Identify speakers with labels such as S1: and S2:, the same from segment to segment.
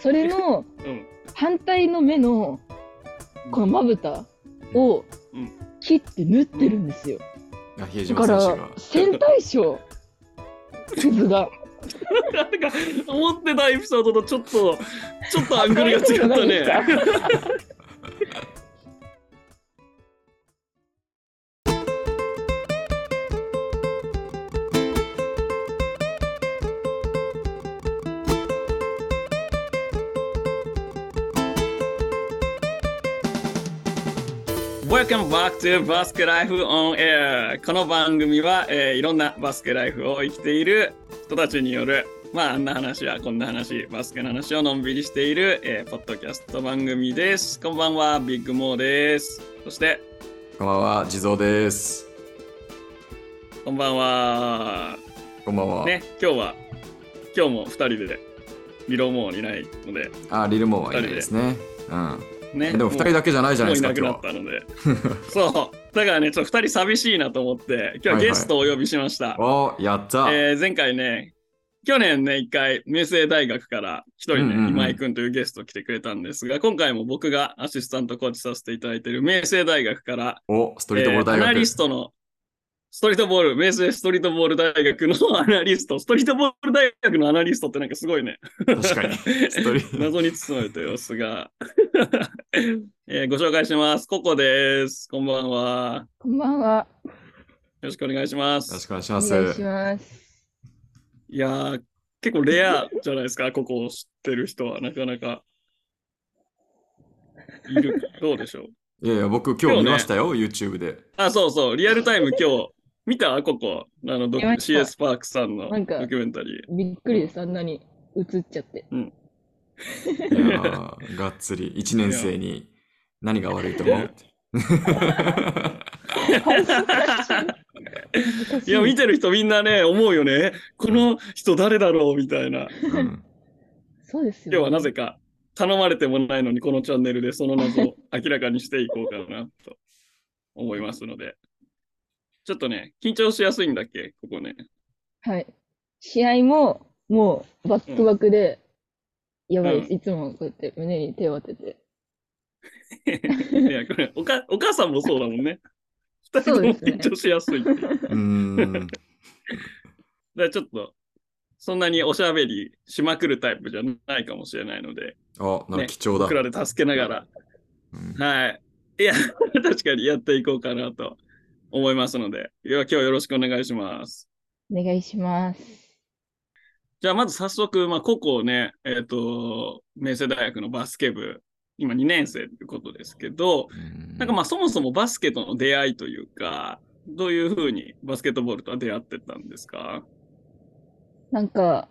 S1: それの
S2: うん
S1: 反対の目のこのまぶたを
S2: うん
S1: 切って縫ってるんですよ。
S3: あ比江
S1: だ
S3: 島
S1: か
S3: 選手
S1: ら
S3: が
S1: 戦隊賞傷が。
S2: なんか思ってたエピソードとちょっとちょっとアングルが違った
S1: そう
S2: ね
S1: ですか。
S2: Welcome back to バスケライフ on air この番組は、えーいろんなバスケライフを生きている人たちによるまああんな話やこんな話バスケの話をのんびりしている、えーポッドキャスト番組ですこんばんはビッグモーですそして
S3: こんばんは地蔵です
S2: こんばんは
S3: こんばんは、
S2: ね今日は今日も2人でビロモーいないので
S3: あリルモンはいないですねうん
S2: ね
S3: えでも2人だけじゃないじゃな
S2: も
S3: い
S2: う
S3: で
S2: い
S3: すか
S2: なくな
S3: 今
S2: っ
S3: 日
S2: た
S3: は
S2: のでそうだからねちょっと2人寂しいなと思って今日はゲストをお呼びしました、
S3: おやった、
S2: えー前回ね去年ね一回明星大学から一人ね、
S3: うんうんうん
S2: 今井君というゲスト来てくれたんですが今回も僕がアシスタントコーチさせていただいている明星大学から
S3: おストリートボール大
S2: えーアナ
S3: 学、
S2: リストのストリートボール、明星ストリートボール大学の アナリスト、ストリートボール大学のアナリストってなんかすごいね。
S3: 確 かにストリー
S2: 謎に包まれた様子が、 えーご紹介します。ココです。こんばんは。よ
S1: こんばんは。
S2: ろしくお願いします。
S3: よろしくお願いし
S1: お
S3: ます
S1: 願いします。
S2: いやー、結構レアじゃないですか、ここを知ってる人は、なかなか。いる、どうでしょう。
S3: いやいや僕
S2: 今
S3: 今日
S2: 日
S3: 見
S2: ね
S3: ましたよ、YouTube で
S2: あ、そうそう、リアルタイム今日、見たここ、あの、ドキュ
S1: 見ました
S2: CS パークさんの
S1: な
S2: ド
S1: ん
S2: キ
S1: か
S2: ュメンタリー。
S1: びっくりです。あんなに映っちゃ って。
S3: いや ーがっつり1年生に何が悪いと思うって
S1: 恥ずかしい。
S2: いや、見
S1: て。
S2: てる人みんなね、思うよね。この人誰だろうみたいな。
S3: うん
S1: そうです
S2: 今
S1: よ。
S2: 日はなぜか、頼まれてもないのに、このチャンネルでその謎を明らかにしていこうかなと思いますので。ちょっとね、緊張しやすいんだっけここね。
S1: はい。試合も、もう、バックバックで、やばいです。いつもこうやって胸に手を当てて。
S2: いや、これおか、お母さんもそうだもんね。二人とも緊張しやすいっていう。だか
S3: うーん
S2: らちょっと、そんなにおしゃべりしまくるタイプじゃないかもしれないので、
S3: あなん
S2: ね
S3: か貴重だ、
S2: 僕らで助けなが
S3: うん
S2: ら、はい。いや、 確かにやっていこうかなと思いますので、いや今日よろしくお願いします。
S1: お願いします。
S2: じゃあ、まず早速、まあ、高校ね、えっ、と、明星大学のバスケ部、今2年生ということですけど、
S3: うん
S2: なんかまあそもそもバスケとの出会いというか、どういうふうにバスケットボールとは出会ってたんですか
S1: なんか、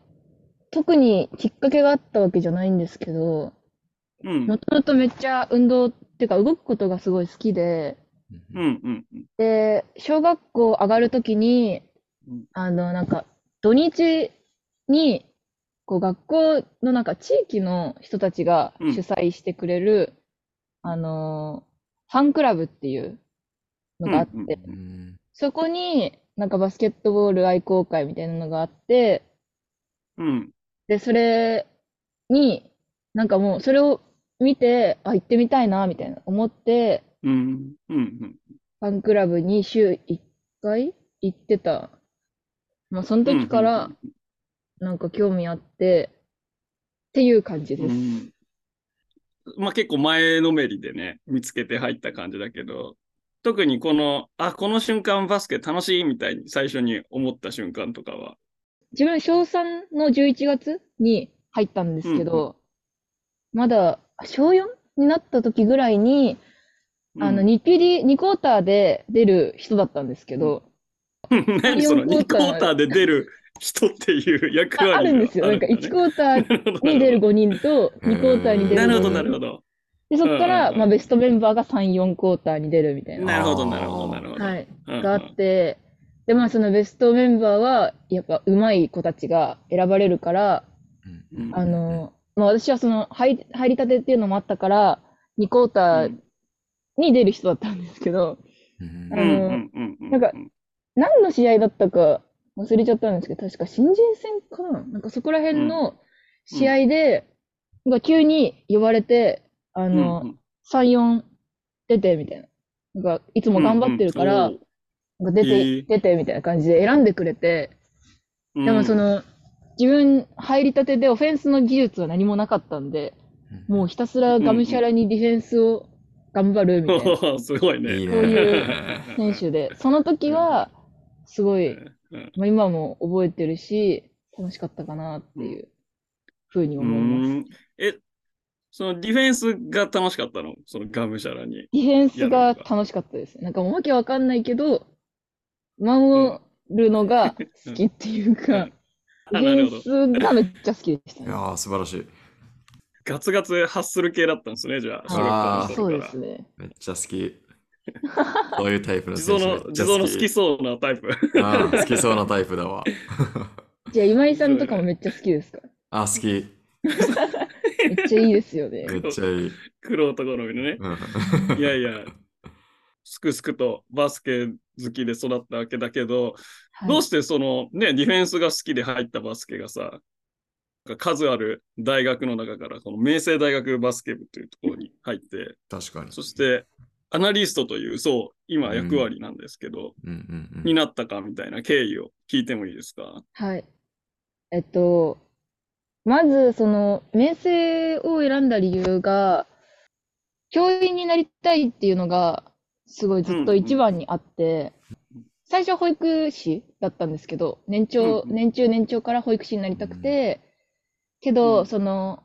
S1: 特にきっかけがあったわけじゃないんですけど、
S2: うん。
S1: もともとめっちゃ運動っていうか動くことがすごい好きで、
S2: うんうんうん。
S1: で、小学校上がるときに
S2: うん、
S1: あの、なんか、土日に、こう、学校のなんか、地域の人たちが
S2: うん
S1: 主催してくれる、あのーファンクラブっていうのがあっ
S2: うんうん
S1: て、
S3: うん
S1: そこになんかバスケットボール愛好会みたいなのがあって、
S2: うん。
S1: で、それに、なんかもう、それを見て、あ、行ってみたいな、みたいな思って、
S2: うん。うん。うん。
S1: ファンクラブに週1回行ってた。まあ、その時から、なんか興味あって、っていう感じ
S2: う
S1: で
S2: ん。う
S1: す。
S2: んまあ結構前のめりでね、見つけて入った感じだけど、特にこの、あ、この瞬間バスケ楽しいみたいに最初に思った瞬間とかは。
S1: 自分、小3の11月に入ったんですけど、まだ、あ小 4? になった時ぐらいに、あの、
S2: うん、
S1: 2ピリ、2クォーターで出る人だったんですけど、
S2: 何その
S1: 四
S2: 2
S1: ク
S2: ク
S1: ォーター
S2: ォーターで出る人っていう役割
S1: あ、
S2: が
S1: あるんですよ。なんか
S2: ある
S1: 1クォーター
S2: んだね
S1: に出る5人と、2クォーターに出
S2: な
S1: る
S2: る
S1: 5
S2: ほど、
S1: 人。
S2: なるほど。
S1: で、そこか
S2: うんうん
S1: ら、
S2: うん
S1: まあ、ベストメンバーが3、4クォーターに出るみたいな。
S2: なるほど、なるほど、なるほど。
S1: はい。
S2: うんうん
S1: があって、で、まあそのベストメンバーは、やっぱ上手い子たちが選ばれるから、
S3: うん
S1: あの、まあ私はその入入りたてっていうのもあったから、2クォーターに出る人だったんですけど、
S3: うん
S2: うんうんうんうん
S1: なんか何の試合だったか忘れちゃったんですけど、確か新人戦かななんかそこら辺の試合で、なんか急に呼ばれて、あ
S2: うん
S1: の、3、4出てみたいな。なんかいつも頑張ってるから、
S2: うん
S1: なんか出て、
S2: へえ
S1: 出てみたいな感じで選んでくれて、
S2: うん
S1: でもその、自分入りたてでオフェンスの技術は何もなかったんで、もうひたすらがむしゃらにディフェンスを頑張るみた いな
S2: おーすごいね。
S3: いい
S1: こういう
S3: ね。
S1: 選手で、その時は、すごい、
S2: うん
S1: まあ、今も覚えてるし、楽しかったかなっていうふうに
S2: う
S1: 思いま
S2: ん
S1: す。
S2: え、そのディフェンスが楽しかったのそのがむしゃらに。
S1: ディフェンスが楽しかったですね。なんかもうわけわかんないけど、守る のが好きっていうか、
S2: うん
S1: デ
S2: あ
S1: ィ
S2: なる
S1: フ
S2: ほ
S1: ェンスがめっちゃ好きでした
S3: い
S1: ね。
S3: やー素晴らしい。
S2: ガツガツハッスル系だったんですね、じゃあ。
S3: あー
S2: 小
S1: そう
S2: 学校の頃
S1: で
S2: から
S1: すね。
S3: めっちゃ 好き。そういうタイプの
S2: 地蔵
S3: 選手
S2: の、
S3: めっち
S2: 地
S3: ゃ
S2: 蔵の好きそうなタイプ。
S3: あー好きそうなタイプだわ。
S1: じゃあ、今井さんとかもめっちゃ好きですか
S3: あ、好 き。
S1: めっちゃいいですよね。
S3: めっちゃいい。
S2: 黒男のみのね。
S3: うん
S2: いやいや、すくすくとバスケ好きで育ったわけだけど、
S1: はい
S2: どうしてそのね、ディフェンスが好きで入ったバスケがさ、なんか数ある大学の中から、この明星大学バスケ部というところに入って、
S3: 確かに。
S2: そしてアナリストという、そう、今役割なんですけど、
S3: うんうんう
S2: に
S3: ん。
S2: なったかみたいな経緯を聞いてもいいですか
S1: はい。えっと、まず、その、名声を選んだ理由が、教員になりたいっていうのが、すごいずっと一番にあって、最初は保育士だったんですけど、年長、
S2: うんうん
S1: 年中年長から保育士になりたくて、け
S2: う
S1: ど、
S2: ん
S1: その、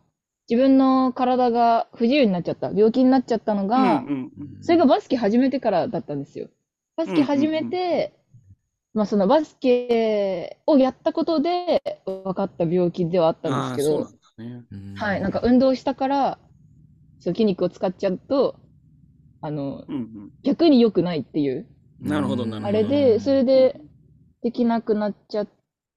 S1: 自分の体が不自由になっちゃった、病気になっちゃったのが
S2: うん、うん
S1: それがバスケ始めてからだったんですよ。バスケ始めて、まあそのバスケをやったことで分かった病気ではあったんですけ
S2: あー
S1: ど、
S2: そうなんだね
S3: うん
S1: はい、なんか運動したから、その筋肉を使っちゃうと、あの、
S2: うんうん
S1: 逆に良くないっていう、
S2: なるほどなるほど
S1: あれで、それでできなくなっちゃっ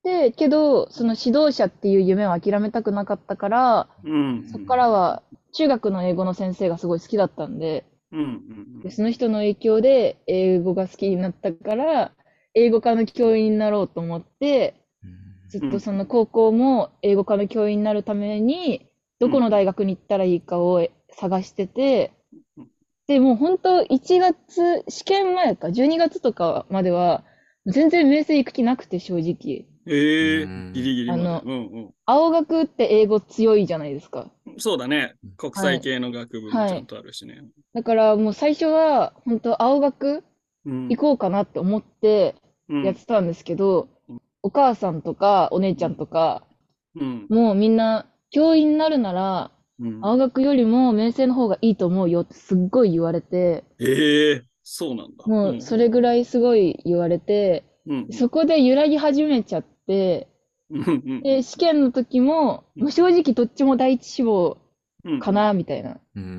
S1: て、けど、その指導者っていう夢を諦めたくなかったから、
S2: うんうん
S1: そこからは中学の英語の先生がすごい好きだったんで、
S2: うんうんうん
S1: でその人の影響で英語が好きになったから、英語科の教員になろうと思って、ずっとその高校も英語科の教員になるために、どこの大学に行ったらいいかを探してて
S2: うん、
S1: で、もう本当1月、試験前か、12月とかまでは、全然名声行く気なくて正直。
S2: ええ
S3: うん
S2: ギリギリまで
S1: あの
S2: うん
S1: 青学って英語強いじゃないですか。
S2: うん、そうだね国際系の学部もち
S1: はい
S2: ゃんとあるしね、
S1: だからもう最初は本当青学
S2: うん
S1: 行こうかなって思って、
S2: うん
S1: やってたんですけど、お母さんとかお姉ちゃんとか、
S2: うん
S1: もうみんな、教員になるなら、
S2: うん
S1: 青学よりも明星の方がいいと思うよってすっごい言われて、
S2: ええそうなんだ
S1: もうそれぐらいすごい言われて、
S2: うん
S1: そこで揺らぎ始めちゃって、
S2: うんうん
S1: で、試験の時も、もう正直どっちも第一志望
S2: うん
S1: かな、みたいな
S3: うん
S2: うんう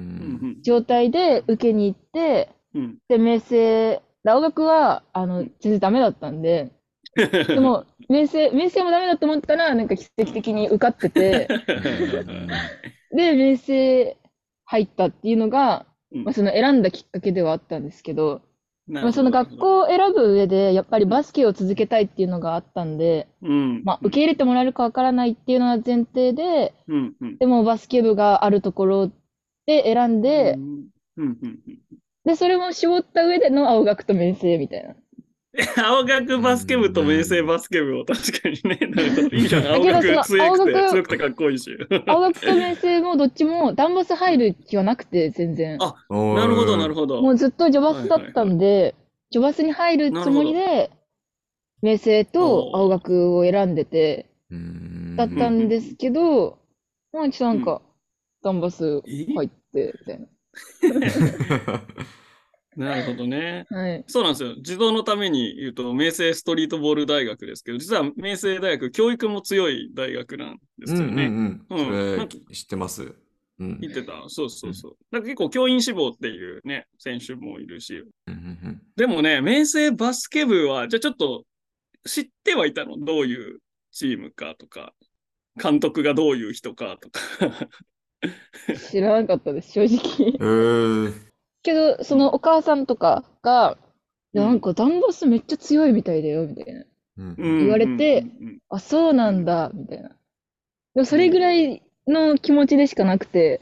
S2: ん
S1: 状態で受けに行って、
S2: うん
S1: で、明星、で青学は、あの、全然ダメだったんで、でも、明星、明星もダメだと思ったら、なんか奇跡的に受かってて、で、明星入ったっていうのが、
S2: うん
S1: まあ、その選んだきっかけではあったんですけど、
S2: な
S1: まあ、
S2: るほ
S1: そ
S2: ど
S1: の学校を選ぶ上で、やっぱりバスケを続けたいっていうのがあったんで、
S2: うん
S1: まあ、受け入れてもらえるかわからないっていうのは前提で、
S2: うんうん
S1: でもバスケ部があるところで選んで
S2: う、んうんうん
S1: で、それも絞った上での青学と明星みたい な。
S2: 青学バスケ部と明星バスケ部を確かにね、なるほどいいじゃん。青
S1: だけど
S2: 学
S1: その
S2: 強くて、
S1: 青学
S2: 強くてかっこいいし。
S1: 青学と明星もどっちもダンボス入る気はなくて、全然。
S2: あなるほど、なる
S3: ほ
S2: ほど。
S1: もうずっとジョバスだったんで、ジョバスに入るつもりで、明星と青学を選んでて、
S3: ど。うん
S1: だったんですけど、まあ、ちょっとなんか、ダンバス入って、みたい
S2: なるほどね。
S1: な。はい。
S2: そうなんですよ。児童のために言うと、明星ストリートボール大学ですけど、実は明星大学、教育も強い大学なんです
S3: うん
S2: よ
S3: うん
S2: ね。
S3: うん。そ
S2: うん
S3: れ
S2: なんか
S3: 知ってます。うん
S2: 言ってた。そうそうそう。だから結構教員志望っていうね、選手もいるし。
S3: うんうん
S2: でもね、明星バスケ部は、じゃあちょっと知ってはいたのどういうチームかとか、監督がどういう人かと か。
S1: 知らなかったです、正直。
S3: うん。え
S1: けど、そのお母さんとかが、いや、なんかダンバスめっちゃ強いみたいだよ、みたいな。
S3: ー。
S2: うん
S1: 言われて
S2: うんうんうん
S1: あ、そうなんだ、みたいな。でもそれぐらいの気持ちでしかなくて、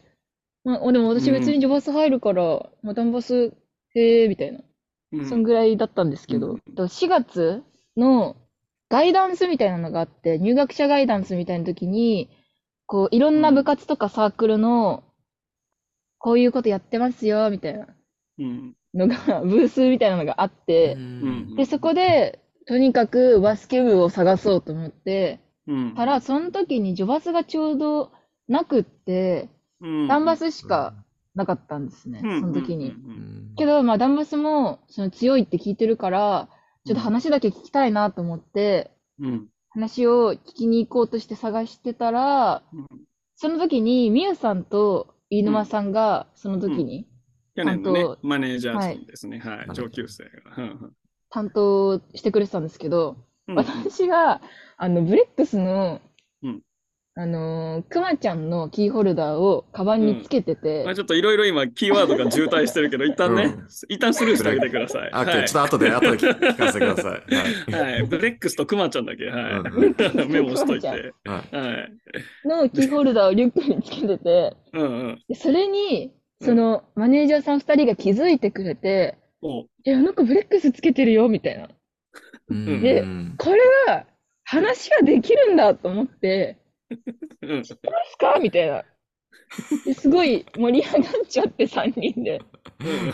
S1: まあ、でも私別にジョバス入るから、まあ、ダンバス、へえ、みたいな、
S2: うん
S1: そんぐらいだったんですけど、
S2: うん
S1: だから4月のガイダンスみたいなのがあって、入学者ガイダンスみたいな時に、こう、いろんな部活とかサークルの、こういうことやってますよ、みたいな
S2: うん
S1: のが、 ブースみたいなのがあって、
S2: ん
S1: で、そこで、とにかくバスケ部を探そうと思って、
S2: うん
S1: から、その時にジョバスがちょうどなくって、
S2: うん
S1: ダンバスしかなかったんですね、
S2: うん
S1: その時に。
S2: うん
S1: けど、まあ、ダンバスもその強いって聞いてるから、ちょっと話だけ聞きたいなと思って、
S2: うん
S1: 話を聞きに行こうとして探してたら、
S2: うん
S1: その時に、みゆさんと飯沼さんが、その時に
S2: 去年のね
S1: あと、
S2: マネージャーさんですね。はい
S3: い。
S2: 上級生が。うん
S1: 担当してくれてたんですけど、
S2: うん
S1: 私が、あの、ブレックスの
S2: うん、
S1: あのー、くまちゃんのキーホルダーをカバンにつけてて
S2: まあ、、ちょっといろいろ今、キーワードが渋滞して るけど、一旦ね、
S3: うん
S2: 一旦スルーしてあげてください。
S3: あ、
S2: は
S3: OK
S2: い
S3: ちょっと後で、後で聞かせてください。はい。
S2: はい、ブレックスとクマちゃんだけ、は
S3: うんうん
S2: い、 メモしといて。は
S3: はい
S2: い、
S1: のキーホルダーをリュックにつけてて、
S2: うんうん。
S1: でそれに、その、マネージャーさん二人が気づいてくれて、
S2: お
S1: え、あの子ブレックスつけてるよ、みたいな。
S3: うん
S1: で
S3: うん
S1: これは、話ができるんだと思って、
S2: うん
S1: ですかみたいな。ですごい盛り上がっちゃって、三人で。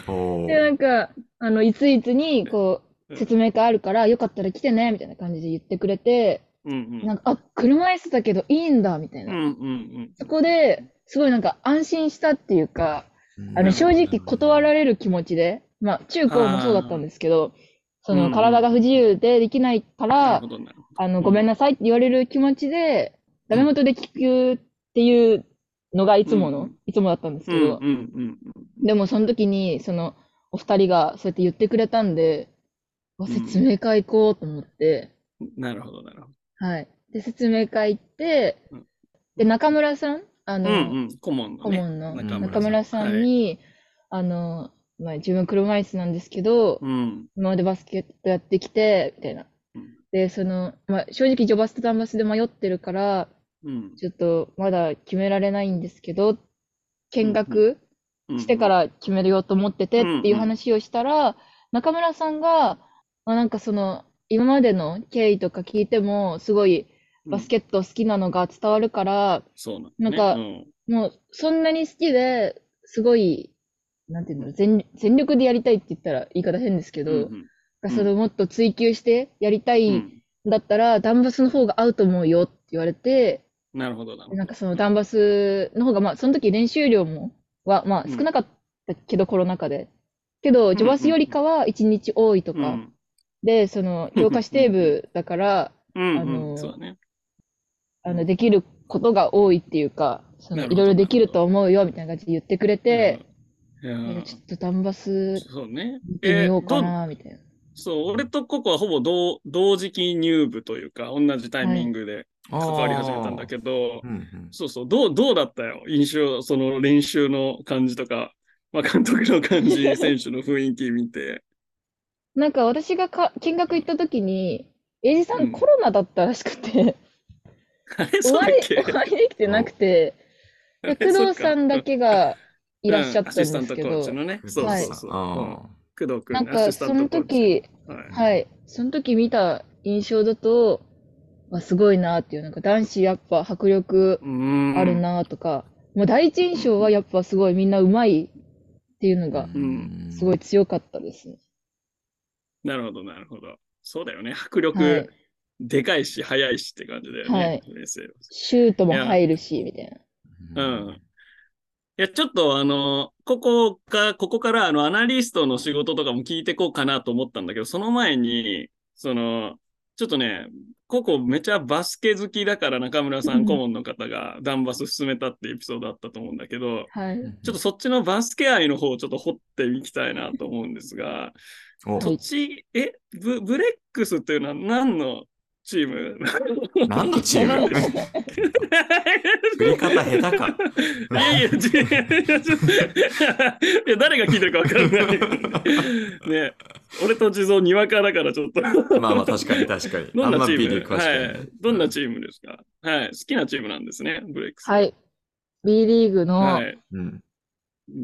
S3: お
S1: で、な
S3: ー
S1: んか、あの、いついつに、こ
S2: う
S1: う、
S2: ん
S1: 説明会あるから、よかったら来てね、みたいな感じで言ってくれて、
S2: うんうん
S1: なんか、あ、車椅子だけどいいんだ、みたい
S2: うんう
S1: な。
S2: ん
S1: そこで、すごいなんか安心したっていうか、あの、正直断られる気持ちで、まあ、中高もそうだったんですけど、そ
S2: うんう
S1: の、
S2: ん
S1: 体が不自由でできない
S2: な
S1: か
S2: る
S1: ら
S2: ほ、どなるほ
S1: あの、ごめんなさいって言われる気持ちで、ダメ元で聞くっていうのがいつも
S2: う
S1: の
S2: ん、
S1: いつもだったんです
S2: ど
S1: けど
S2: う、んうん
S1: でもその時に、その、お二人がそうやって言ってくれたんで、うわ
S2: うん
S1: 説明会行こうと思って、
S2: うんなるほどなるほど。
S1: はい。で、説明会行って
S2: うん、
S1: で、中村さん、あ
S2: う
S1: の、
S2: んうん。顧問の
S1: 顧
S2: ね。
S1: 問の
S3: 中村さん
S1: 中村さん
S2: はい
S1: に、あの、まあ、自分車椅子なんですけど、
S2: うん
S1: 今までバスケットやってきて、みたいな
S2: うん。
S1: で、その、まあ、正直ジョバスとダンバスで迷ってるから、
S2: うん
S1: ちょっとまだ決められないんですけど、見学
S2: うん。
S1: してか。ら決めるよと思っててっていう話をしたら、中村さんが、まあ、なんかその、今までの経緯とか聞いても、すごいバス
S2: ケ
S1: ケット好きなのが伝わるから、
S2: そうなん
S1: なんか
S2: ねうん
S1: もう、そんなに好きで、すごい、なんていうんだろう、全、全力でやりたいって言ったら言い方変ですけ
S2: うん
S1: ど、
S2: うん
S1: がそれをもっと追求してやりたい
S2: うんん
S1: だったら、ダンバスの方が合うと思うよって言われて、
S2: なるほどなるほど。
S1: なんかそのダンバスの方が、まあ、その時練習量も、は、まあ、
S2: うん
S1: 少なかったけど、コロナ禍で。けど、ジョバスよりかは1日多いと
S2: う
S1: か、
S2: ん
S1: で、その、強化指定部だから、
S2: うん
S1: あ
S2: う
S1: の
S2: ん。そうだね。
S1: あの、できることが多いっていうか、その、
S2: ないるほど
S1: ろいろできると思うよ、みたいな感じで言ってくれて、
S2: うん、い
S1: なん
S2: や
S1: かちょっとダンバス
S2: ーそうね。
S1: 見てみようか
S2: えーど
S1: な、みたいな。
S2: そう、俺とココはほぼ同同時期入部というか、同じタイミングで関わり始めたんだけど、
S3: うんうん
S2: そうそう、どう、どうだったよ印象、その練習の感じとか、まあ、監督の感じ、選手の雰囲気見 て。
S1: なんか私がか見学行った時に、エイジさ
S2: うん
S1: んコロナだったらしくて、
S2: あれ、
S1: 終
S2: そう
S1: わ
S2: だっ
S1: り、
S2: け
S1: 終わりできてなくて、 で、工藤さんだけがいらっしゃったんです
S2: うんアシスタン
S1: け
S2: トコー
S1: ど
S2: チ、のね。そう
S1: はい
S2: そうそう。うん工藤君
S1: なん
S2: ア
S1: か
S2: シスタ
S1: そ
S2: ン
S1: の
S2: トコーチ
S1: 時、
S2: はい
S1: はい、その時見た印象だと、あ、すごいなっていう、なんか男子やっぱ迫力
S2: うーん
S1: あるなとか、もう第一印象はやっぱすごいみんなうまいっていうのが
S2: う
S1: すごい。強かったですね。
S2: なるほど、なるほど。そうだよね。迫力、
S1: はい
S2: でかいし、速いしって感じだよね。
S1: はい
S2: 冷静
S1: シュートも入るし、みたいな。
S2: う
S3: う
S2: んいや、ちょっとあの、ここか、ここからあの、アナリストの仕事とかも聞いてこうかなと思ったんだけど、その前に、その、ちょっとね、ここめちゃバスケ好きだから中村さ
S1: うんん
S2: 顧問の方がダンバス進めたってエピソードあったと思うんだけど、
S1: はい。
S2: ちょっとそっちのバスケ愛の方をちょっと掘っていきたいなと思うんですが、
S3: お
S1: はい
S2: ち、え、ブ、ブレックスっていうのは何のチーム
S3: 何のチーム作り方下手か。
S2: いやいや、ちいや誰が聞いてるか分からない。ね、俺と地蔵にわかだからちょっと。
S3: まあまあ確かに確かに。
S2: ど
S3: あ
S2: ん
S3: ん
S2: な
S3: ま
S2: チー
S3: ビ
S2: ム
S3: リ詳しく
S2: は
S3: ない
S2: い。どんなチームですかはい。好きなチームなんですね、ブレイクス。
S1: はい。 B リーグの
S2: はい。
S3: うん。
S2: うん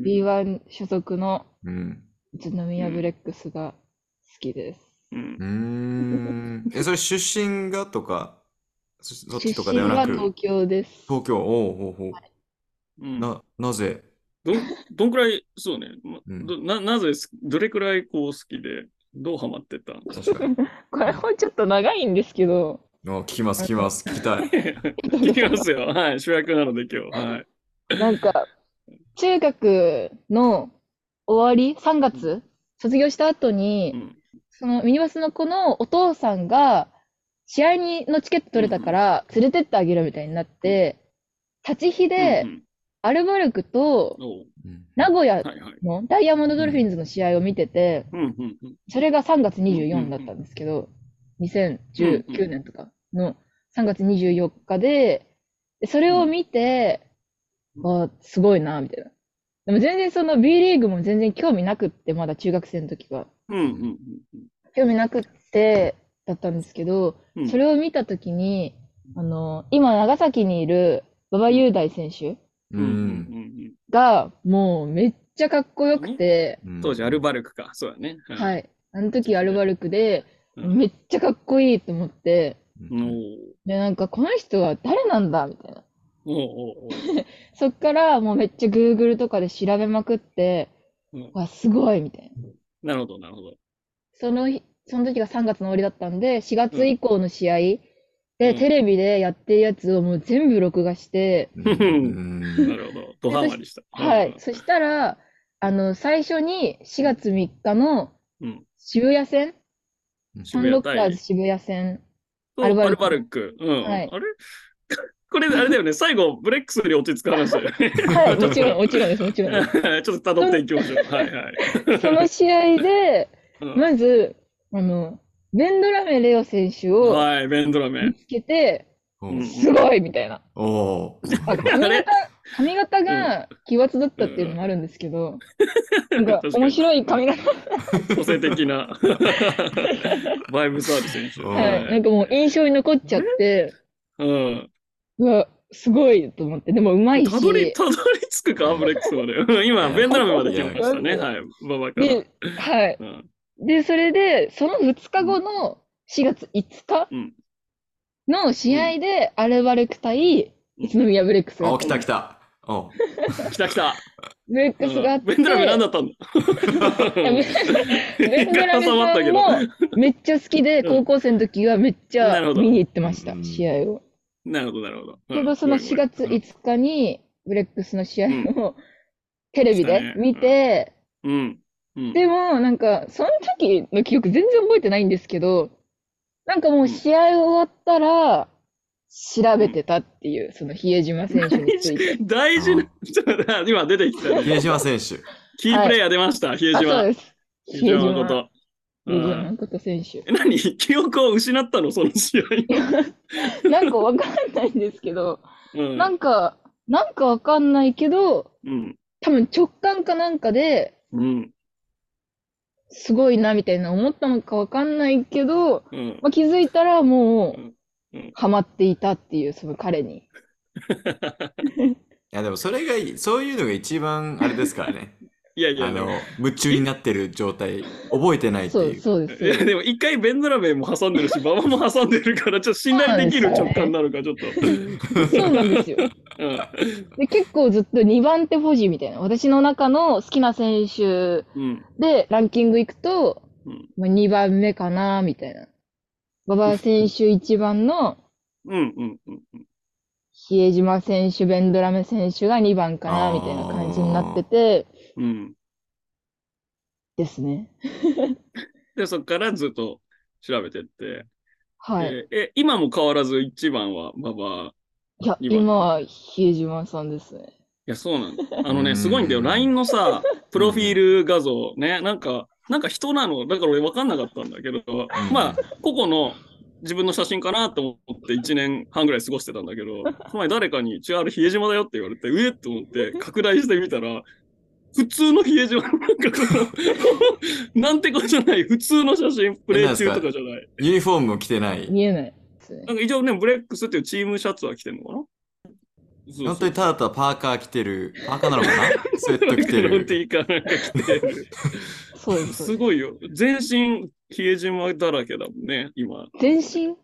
S1: B1 所属の
S3: うん。
S1: 宇都宮ブレックスが好きです。
S2: うん
S3: うーん。え、それ出身がとか、そそっち
S1: 出
S3: とか
S1: 身
S3: ではな
S1: は
S3: く、
S1: 東京です。
S3: 東京、おうほうほう。
S2: うん
S3: な、なぜ、
S2: どんどんくらい、そうね、ま
S3: うん
S2: どななぜす、どれくらいこう好きで、どうハマってた
S3: 確かに。
S1: これもちょっと長いんですけど、
S3: あ聞きます、聞きます、聞きたい。
S2: 聞きますよ。 はい、主役なので今日。はい。
S1: なんか、中学の終わり、3月、卒業した後
S2: う
S1: に、
S2: ん
S1: そのミニバスの子のお父さんが、試合にのチケット取れたから、連れてってあげるみたいになって、立ち日で
S2: う、ん
S1: アルバルクと
S2: うん、おう
S3: うん
S1: 名古屋
S2: はいはい。
S1: のダイヤモンドドルフィンズの試合を見てて、
S2: うんうんうん
S1: それが3月24だったんですけど、2019年とかの3月24日で、でそれを見て、あすごいな、みたいな。でも全然その B リーグも全然興味なくって、まだ中学生の時は。
S2: うんうん
S1: 興味なくってだったんですけど、
S2: うんうん。
S1: それを見た時に、あの、今長崎にいる馬場雄大選手
S3: う
S2: うんうん
S3: ん。
S2: うん
S1: が、もうめっちゃかっこよくて、
S3: うん
S2: 当時アルバルクか。そうだね。い。
S1: はい。あの時アルバルクで、
S2: うん
S1: めっちゃかっこいいと思って、
S3: う
S2: お
S3: ん
S2: う
S1: で、なんかこの人は誰なんだみたいな。
S2: おうおうおう
S1: そっからもうめっちゃ Google とかで調べまくって、
S2: うん
S1: わ、すごいみたいな。
S2: なるほど、なるほど。
S1: その日、その時が3月の終わりだったんで、4月以降の試合
S2: う
S1: で
S2: ん
S1: テレビでやってるやつをもう全部録画して、
S3: うん
S2: なるほど。ドハマりした。
S1: はい。そしたら、あの、最初に4月3日の
S2: うん
S1: 渋谷戦、サン
S2: 渋谷
S1: ロッ
S2: 対
S1: カーズ渋 谷戦、
S2: と
S1: ア
S2: ア
S1: ル
S2: ル
S1: バ
S2: バ
S1: ル
S2: ルク。
S1: ク
S2: うん。
S1: はい
S2: あれ これ、あれだよね。最後、ブレックスに落ち着く話だよね。
S1: はい、もちろん、も
S2: ん。
S1: ちろんです、もちろんです。
S2: ちょっと辿っていきましょう。はいはい。
S1: その試合で、
S2: うん
S1: まず、あの、ベンドラメレオ選手を
S2: はい、ベンドラメ
S1: 見。つけて、
S3: うん
S2: うん
S1: すごいみたいな。
S3: おー
S1: あ髪
S2: あれ
S1: 型、髪型が奇抜だったっていうのもあるんですけど、なんか
S2: 確かに
S1: 面白い髪型、
S2: 個性的 な。バイブサービス選手。
S3: うん
S1: はい、なんかもう印象に残っちゃって、
S2: うん。
S1: うわ、すごいと思って、でもうまい
S2: たどり、
S1: し、
S2: たどり着くか、ブレックスまでうん。今、ベンドラメまで来ましたね。はい、ババから。
S1: で、はい。
S2: うん
S1: で、それで、その2日後の4月5
S2: うん
S1: 日の試合で、アルバルク対宇都宮ブレックスが
S3: お、来た来た。おう
S2: 来た来た。
S1: ブレッ
S2: う
S1: クスがあっ
S2: ん
S1: て、
S2: ベンドラメ何だ ったん
S1: い や
S2: だ
S1: ベンドラメ
S2: 挟まったけど
S1: さんもめっちゃ好きで、
S2: うん
S1: 高校生の時はめっち
S2: な
S1: ゃ
S2: るほど
S1: 見に行ってました
S3: う、ん
S1: 試合を。
S2: なるほど、なるほど。
S1: けど、その4月
S2: い
S1: 5日に、ブレックスの試合をテレビで見て、
S2: うん。うん。
S1: でも、なんか、その時の記憶全然覚えてないんですけど、なんかもう試合終わったら、調べてたっていう、その比江島選手に ついて。
S2: 大事な、ちょっと待って今出てきたね。
S3: 比江島選手。
S2: キープレイヤー出ました、比江
S1: あ、そう
S2: 島。
S1: です。
S2: 比江島のこ
S1: 比
S2: と。
S1: 江島のこと選手。
S2: うん何記憶を失ったのその試合
S1: なんかわかんないんですけど、
S2: の。
S1: なんか、なんかわかんないけど、
S2: うん。
S1: 多分直感かなんかで、
S2: うん。
S1: すごいなみたいな思ったのかわかんないけど、
S2: うん。
S1: まあ、気づいたらも
S2: うんうん
S1: う、ハマっていたっていう、その彼に。
S3: いやでもそれがいい、そういうのが一番あれですからね。
S2: いや いや、
S3: あ
S2: で
S3: の
S2: も、
S3: 夢中になってる状態、覚えてないって
S1: そう、
S3: いう。
S1: そうです。
S2: いやでも一回ベンドラメも挟んでるし、馬場も挟んでるから、ちょっと信頼できる
S1: そうなん
S2: 直
S1: ですよ
S2: 感なのか、ちょっと。
S1: そうなんですよ。
S2: うん
S1: で、結構ずっと2番手ポジみたいな。私の中の好きな選手
S2: うん。
S1: でランキングいくと
S2: うん、
S1: まあ、2番目かな、みたいな。馬場選手1番の
S2: うん。うん。うん。
S1: 比江島選手、ベンドラメ選手が2番かな、みたいな感じになってて、
S2: うん。
S1: ですね。
S2: で、そこからずっと調べてって。
S1: はい。
S2: えーえ、今も変わらず一番は馬場。
S1: いや、
S2: 二番
S1: 今は比江島さんですね。
S2: いや、そう なんだ。あの
S3: う
S2: ね、
S3: ん
S2: すごいんだよ。LINE のさ、プロフィール画像ね、なんか、なんか人なの、だから俺分かんなかったんだけど、
S3: ん
S2: まあ、個々の自分の写真かなと思って1年半ぐらい過ごしてたんだけど、この前誰かに、違う、あれ比江島だよって言われて、えっと思 って拡大してみたら、普通の比江島、なんかこの、 なんてことじゃない、普通の写真、プレイ中とかじゃない。
S3: ユニフォームも着てない。
S1: 見えないですね。
S2: なんか一応ね、ブレックスっていうチームシャツは着てんのかなそう
S3: 本当にただただパーカー着てる、パーカーな のかなスウェット着て
S2: ロンティー
S3: る。
S2: かなんか着てる。
S1: そ うですそう
S2: す
S1: です。
S2: ごいよ。全身、比江島だらけだもんね、今。
S1: 全身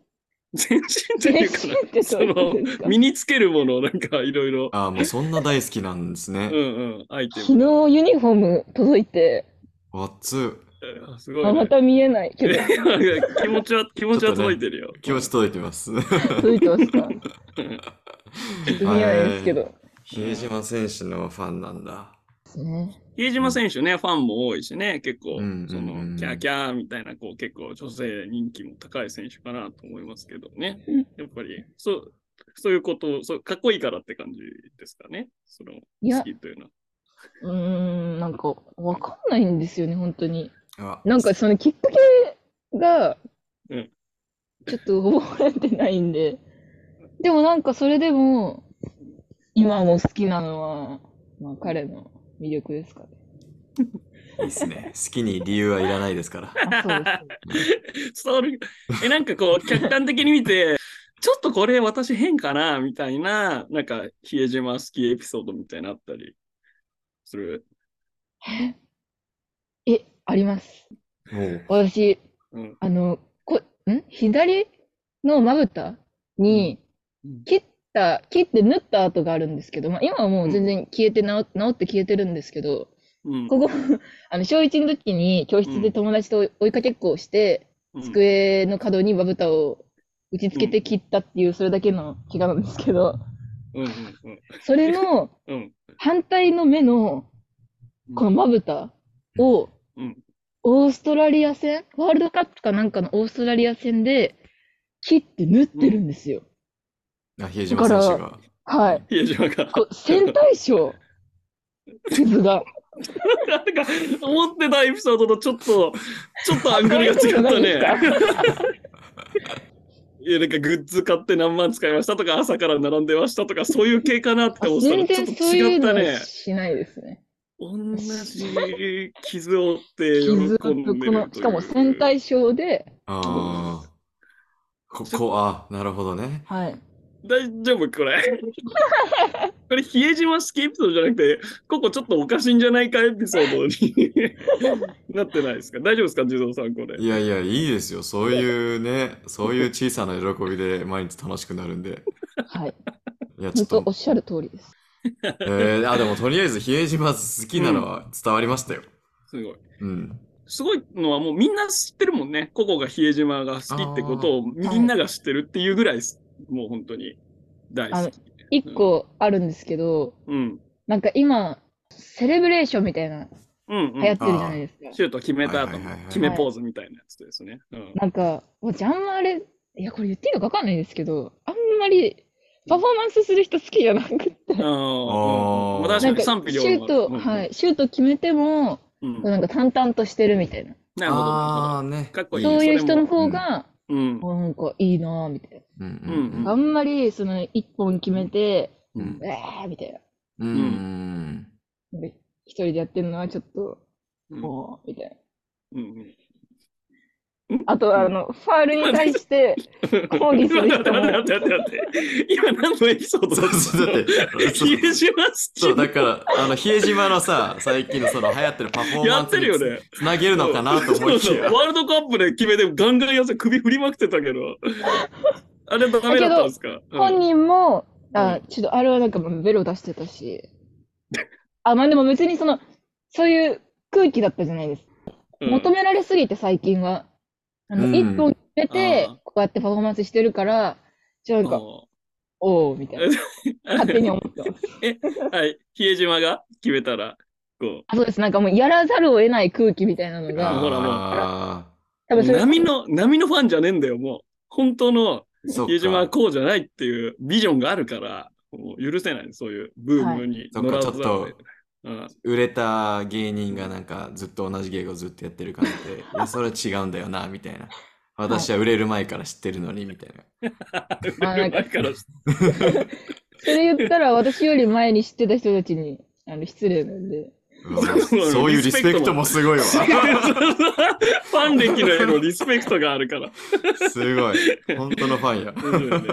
S2: 全身って
S1: 全
S2: い
S1: 身
S2: うかな
S1: ってど
S2: そう
S1: いう
S2: の
S1: ことですか
S2: 身につけるものをなんかいろいろ、
S3: ああ、もうそんな大好きなんです
S2: うん
S3: ね。
S2: うん、アイテム。
S1: 昨日ユニフォーム届いて、
S3: わっつ。
S2: あすごい
S1: あ、
S2: ね、
S1: また見えないけど、
S2: いやい や気持ちは、気持ちは届いてるよ。
S3: 気持ち届い てます。
S1: 届いてますかちょっと見えないですけど。
S3: 比江島選手のファンなんだ。
S1: ですね。
S2: 比江島選手ね、ファンも多いしね、結構、
S3: うんうんうん
S2: その、キャーキャーみたいな、こう、結構女性人気も高い選手かなと思いますけどね
S1: うん。
S2: やっぱり、そう、そういうことを、そう、かっこいいからって感じですかね。その、
S1: いや
S2: 好、きというのは。
S1: うーん、なんか、わかんないんですよね、本当に。
S3: あ
S1: なんか、そのきっかけが
S2: うん、
S1: ちょっと覚えてないんで。でもなんか、それでも、今も好きなのは、まあ、彼の魅力ですかね。
S3: いいですね。好きに理由はいらないですから。
S1: あ、そうですそうです。
S2: それえなんかこう客観的に見てちょっとこれ私変かなみたいななんか比江島好きエピソードみたいなのあったりする、
S1: え、あります。
S3: もう。
S1: 私、
S2: うん、
S1: あの、こ、ん左のまぶたに
S2: うんうん
S1: 切った、切って縫った跡があるんですけど、まあ、今はもう全然消えて治、治って消えてるんですけど、
S2: うん
S1: ここ、 あの、小1の時に教室で友達と追いかけっこをして、机の角にまぶたを打ち付けて切ったっていう、それだけの怪我なんですけど、
S2: うんうん
S1: それの
S2: うんうん
S1: 反対の目の、このまぶたを
S2: うん、
S1: オーストラリア戦、ワールドカップかなんかのオーストラリア戦で、切って縫ってるんですよ。
S3: あ、比江島選手
S1: だ
S3: が。
S1: はい。
S2: 比江島が
S1: こう、戦隊賞、傷が。
S2: なんか思ってたエピソードとちょっとちょっとアングルが違ったね いやなんかグッズ買って何万使いましたとか朝から並んでましたとかそういう系かなって思ってたら
S1: 全
S2: ちょっ
S1: 然
S2: と
S1: そうい
S2: 違
S1: う
S2: った
S1: の
S2: ね
S1: はしないですね。
S2: 同じ傷を負って喜
S1: 傷
S2: んでると
S1: こ
S2: いう
S1: の、しかも戦隊賞で、
S3: ああ。ここ、あ、なるほどね。
S1: はい。
S2: 大丈夫これ これ比江島式エピソードじゃなくてここちょっとおかしいんじゃないかエピソードに なってないですか大丈夫ですか地蔵さんこれ
S3: いやいや、いいですよ。そういうね、そういう小さな喜びで毎日楽しくなるんで。
S1: はい。
S3: いや、ち
S1: 本当
S3: ょっと
S1: おっ。しゃる通りです。
S3: えー、あ、でもとりあえず比江島好きなのは伝わりましたよ。
S2: すごい
S3: うん。
S2: すごいのはもうみんな知ってるもんねここが比江島が好きってことをみんなが知ってるっていうぐらいすもう本当に大好き
S1: 一個あるんですけど、
S2: うん
S1: なんか今、セレブレーションみたいなの
S2: うんうん
S1: 流行ってるじゃないですか。
S2: シュート決めた後
S3: はいはい
S2: の
S3: はいはい
S2: 決めポーズみたいなやつですね、うん
S1: なんか、私あんまり、いや、これ言っていいのかわかんないですけど、あんまりパフォーマンスする人好きじゃなく て、
S2: ああ、うんまあ、確か
S1: なん
S2: に
S1: かシ
S2: 賛否両
S1: ュート、
S2: 論ある
S1: はい、シュート決めても、
S2: うんうん
S1: なんか淡々としてるみたいな。
S2: なるほどなるほ
S3: ああ、ね。
S2: かっこいいね
S1: そういう人の
S3: それも
S1: 方が、
S2: ど。うん。
S1: あなんかいいなぁ、みたい
S3: うん
S2: うん
S1: な。あんまり、その、一本決めて、
S3: うんう
S2: うん
S3: ん。
S1: えーみたいな。
S3: うんうん。
S1: なんか一人でやってるのはちょっと、
S2: うん
S1: もう、みたいな。
S2: うん
S1: あと、あの、ファールに 対して、抗議する人も
S2: 待って待って待って。今何のエピソード
S3: そうそうだって
S2: 比江島好き
S3: そう、だから、あの、比江島のさ、最近のその流行ってるパフォー
S2: や
S3: マン
S2: っ
S3: ス
S2: て
S3: に
S2: るよね。
S3: つなげるのかなと思いき
S2: そうそ
S3: や
S2: う。ワールドカップで決めてガンガンやせ首振りまくってたけ ど。あれダメだったんですか
S1: 本人も、あ
S2: う、
S1: ちょっとあれはなんかもうベロ出してたし。 あ、まあでも別にその、そういう空気だったじゃないですか。
S2: うん
S1: 求められすぎて最近は。あ
S3: う
S1: の、
S3: ん
S1: 一本決めて
S2: あー、
S1: こうやってパフォーマンスしてるから、ちょっとなんか、おう、みたいな。勝手に思 ってます。
S2: うんはい。比江島が決めたら、こ
S1: あ、そうです。なんかもうやらざるを得ない空気みたいなの
S2: あー
S1: が、
S2: ほらもう
S3: あ
S1: 多
S2: う、
S1: 分それ、
S2: 波の、波のファンじゃねえんだよ、もう。本当の
S3: ーそっ
S2: 比江島は
S3: か。
S2: こうじゃないっていうビジョンがあるから、もう許せない、そういうブームに
S3: そっ
S2: 乗ら
S3: か、ち
S2: ざ
S3: ょ
S2: るを得
S3: っ
S2: ない
S3: と
S2: うん
S3: 売れた芸人がなんかずっと同じ芸をずっとやってる感じで、いや、それは違うんだよな、みたいな。私は売れる前から知ってるのに、みたいな。
S1: まあ なんか
S2: だから
S1: それ言ったら私より前に知ってた人たちに、あの、失礼なんで。
S3: うわそういうリスペクトもすごいわ。
S2: ファン歴のへのリスペクトがあるから。
S3: すごい。本当のファンや。
S2: 面白いね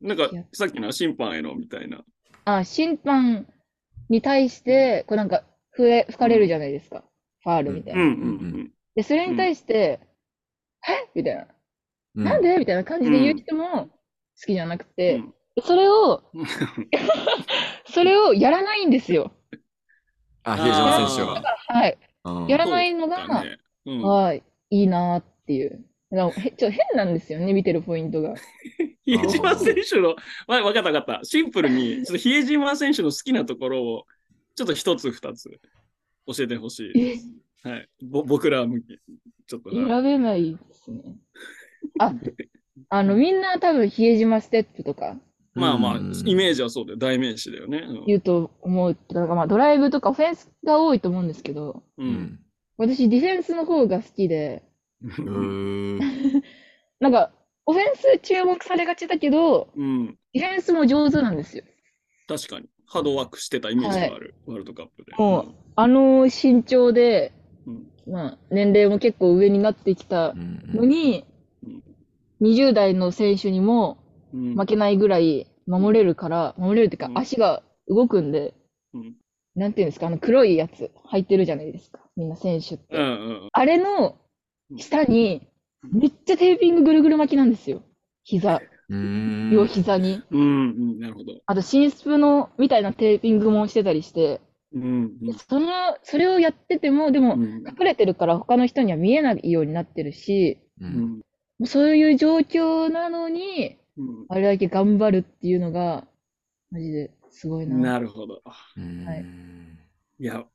S2: なんか、さっきの審判へのみたいな。
S1: あ、審判に対して、こうなんか、笛吹かれるじゃないですか。ファールみたい
S2: うん
S1: な。
S2: うん
S1: で、それに対して、えみたいな。
S3: うん
S1: なんでみたいな感じで言う人も好きじゃなく
S2: うん。う
S1: て、
S2: ん
S1: それを、
S2: うん
S1: それをやらないんですよ。
S3: あ、比江島選手は。
S1: はい。
S3: うん
S1: やらないのが、
S2: だねうん
S1: はい、いいなーっていう。だからへちょっと変なんですよね、見てるポイントが。
S2: 比江島選手の、わ分かった分かった。シンプルに、ちょっと比江島選手の好きなところを、ちょっと一つ二つ教えてほし い。
S1: え
S2: はい。ぼ僕ら向き、ちょっとな。
S1: 選べないですね。あ、あの、みんな多分、比江島ステップとか
S2: まあまあ、
S3: うん
S2: イメージはそうだよ。代名詞だよね。
S1: 言うと思う。だからまあ、ドライブとかオフェンスが多いと思うんですけど、
S2: う。
S3: うんん。
S1: 私、ディフェンスの方が好きで、
S3: うーん。
S1: なんか、オフェンス注目されがちだけど、
S2: うん。
S1: ディフェンスも上手なんですよ。
S2: 確かに。ハードワークしてたイメージがある。ワールドカップで。
S1: もう、あの身長で、
S2: うん
S1: まあ、年齢も結構上になってきたのに
S2: うん、
S1: 20代の選手にも
S2: うん
S1: 負けないぐらい守れるから、守れるっていうか
S2: う、ん
S1: 足が動くんで、
S2: うん
S1: なんていうんですか、あの黒いやつ履いてるじゃないですか、みんな選手っ
S2: うんう
S1: て。
S2: ん
S1: あれの
S2: うん
S1: 下に、
S2: うん
S1: めっちゃテーピングぐるぐる巻きなんですよ。膝、
S3: うーん。
S1: 両膝に。
S2: うんうん。なるほど。
S1: あと、新スプの、みたいなテーピングもしてたりして、
S2: うんうん
S1: その、それをやってても、でも、
S2: うん
S1: 隠れてるから他の人には見えないようになってるし、
S3: う。
S2: うんん
S1: もうそういう状況なのに、
S2: うん
S1: あれだけ頑張るっていうのが、マジですごいな。
S2: なるほど。
S3: うん
S1: はい
S2: いや、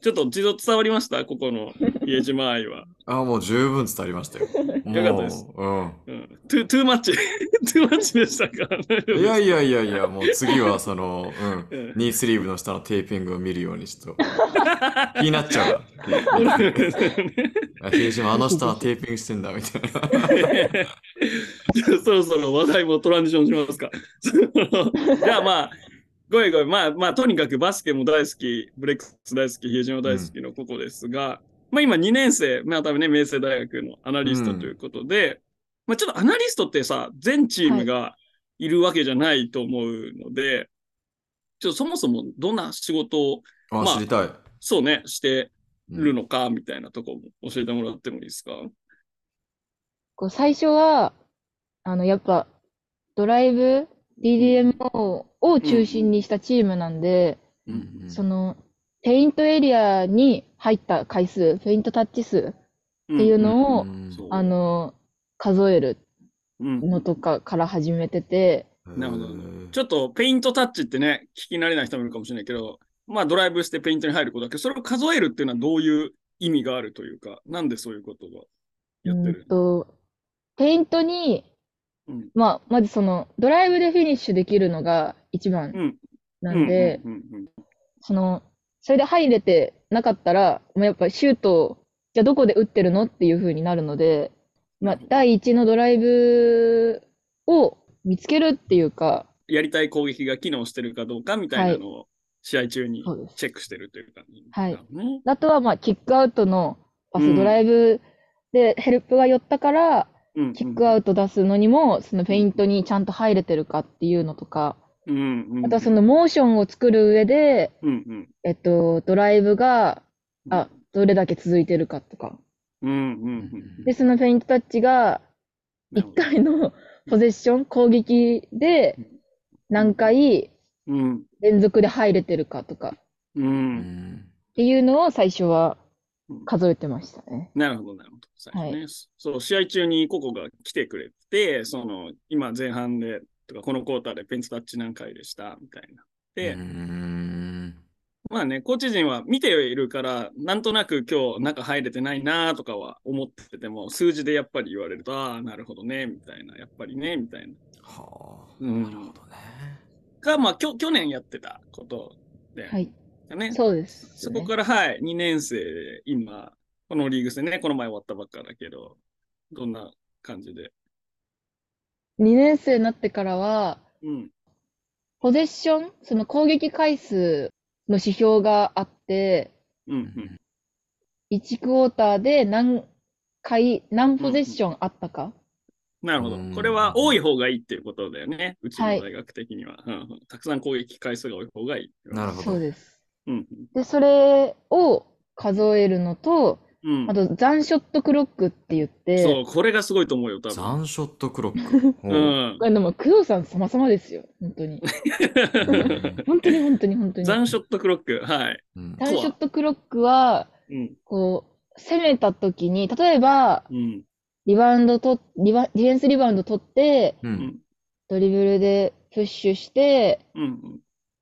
S2: ちょっと一度伝わりましたここの比江島愛は。
S3: あ、もう十分伝わりましたよ。
S2: よかったです
S3: も
S2: うんトゥトゥーマッチ、トゥーマッチでしたか
S3: う。うん。いやいやいやいや、もう次はその、うん。
S2: うん
S3: ニースリーブの下のテーピングを見るようにちょっと気になっちゃう わ。あ、比江島、あの下はテーピングしてんだ、みたいな。
S2: じゃあ そろそろ話題もトランジションしますか。 じゃあまあ、ごめんごめん、まあまあ、とにかくバスケも大好き、ブレックス大好き、比江島大好きのここですが、まあ今2年生、まあ多分ね、明星大学のアナリストということで、まあちょっとアナリストってさ、全チームがいるわけじゃないと思うので、ちょっとそもそもどんな仕事を、ま
S3: あ、
S2: あ
S3: 知りたい。
S2: そうね、して
S3: うん
S2: るのか、みたいなとこも教えてもらってもいいですか。
S1: こう最初は、あの、やっぱ、ドライブ、DDMO を中心にしたチームなんで、
S3: うんうん
S1: その、ペイントエリアに入った回数、ペイントタッチ数
S2: っ
S1: っていうのを、
S3: うん
S2: そう
S1: あの、数える
S2: うん
S1: のとかから始めてて、
S2: なるほど。ちょっとペイントタッチってね、聞き慣れない人もいるかもしれないけど、まあドライブしてペイントに入ることだけど、それを数えるっていうのはどういう意味があるというか、なんでそういうことをやって
S1: うん
S2: る
S1: と、ペイントに、
S2: うん
S1: まあ、まずその、ドライブでフィニッシュできるのが一
S2: う
S1: 番
S2: ん
S1: なんで、
S2: うんうんうん
S1: その、それで入れてなかったら、もうやっぱシュートを、じゃあどこで打ってるのっていう風になるので、
S2: な
S1: まあ
S2: るほ、ど
S1: 第一のドライブを見つけるっていうか、
S2: やりたい攻撃が機能してるかどうかみたいなのを試合中に
S1: そうです
S2: チェックしてるという感じ
S1: はい
S2: なのね。
S1: あとはまあ、キックアウトのパ
S2: う
S1: ス、
S2: ん
S1: ドライブでヘルプが寄ったから、
S2: うんうん
S1: キックアウト出すのにも、そのフェイントにちゃんと入れてるかっていうのとか、
S2: うんうん
S1: あとはそのモーションを作る上で、
S2: うんうん
S1: えっと、ドライブが、あ、どれだけ続いてるかとか。
S2: うんうんう
S3: うん
S2: ん
S1: で、そのフェイントタッチが、
S2: なる
S1: 1
S2: ほど
S1: 回の ポゼッション、攻撃で何回
S2: うん
S1: 連続で入れてるかとか、っ
S2: う
S3: うんん
S1: ていうのを最初は
S2: うん
S1: 数えてましたね。
S2: なるほど、なるほど。最初ね、そう、試合中にココが来てくれて、その、今前半で、とか、このクォーターでペンツタッチ何回でした、みたいな。で、
S3: うん
S2: まあね、コーチ陣は見ているから、なんとなく今日中入れてないなとかは思ってても、数字でやっぱり言われると、ああ、なるほどね、みたいな、やっぱりね、みたいな。
S3: はあ、
S2: うん
S3: なるほどね。
S2: が、まあ、きょ去年やってたことで、
S1: はい。
S2: ね。
S1: そうです。
S2: そこから、はい、2年生で、今、このリーグ戦ね、この前終わったばっかだけど、どんな感じで。
S1: 2年生になってからは、
S2: うん。
S1: ポゼッション、その攻撃回数の指標があって、
S2: うん、うん。
S1: 1クォーターで何回、何ポゼッションあったか
S2: なるほ
S3: う
S2: ど
S3: ん。
S2: これは多い方がいいっていうことだよね。うちの
S1: はい
S2: 大学的には。うんうんたくさん攻撃回数が多い方がいい。
S3: なるほ
S1: そう
S3: ど。
S1: です。
S2: うん
S1: で、それを数えるのと、
S2: うん。うん
S1: あと、残ショットクロックって言って、
S2: そう、これがすごいと思うよ、多分。
S3: 残ショットクロック。ほ
S2: う
S3: うん
S1: こ。れでも、工藤さん様々ですよ。本 当に。本当に本当に 本当に。
S2: 残ショットクロック。はい。
S3: うん
S1: 残ショットクロックは、
S2: うん。
S1: こう、攻めた時に、例えば、
S2: うん。
S1: リバウンドと、リバ、ディフェンスリバウンド取って、
S3: う。
S2: うんん。
S1: ドリブルでプッシュして、
S2: うん。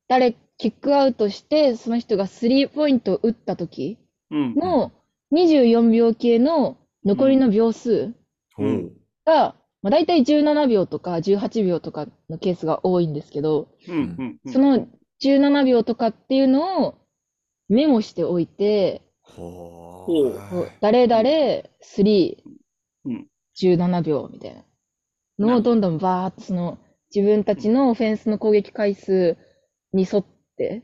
S1: 誰、キックアウトして、その人がスリーポイントを打った時
S2: うん。
S1: の24秒系の残りの秒数
S3: ほう。
S1: が、まあ、大体17秒とか18秒とかのケースが多いんですけど、
S2: うん。うん
S1: そ、の17秒とかっていうのをメモしておいて、
S3: ほ
S1: こ
S3: う
S1: う。誰々3
S2: うん、
S1: 17秒みたいなのをどんどんバーっとその自分たちのオフェンスの攻撃回数に沿って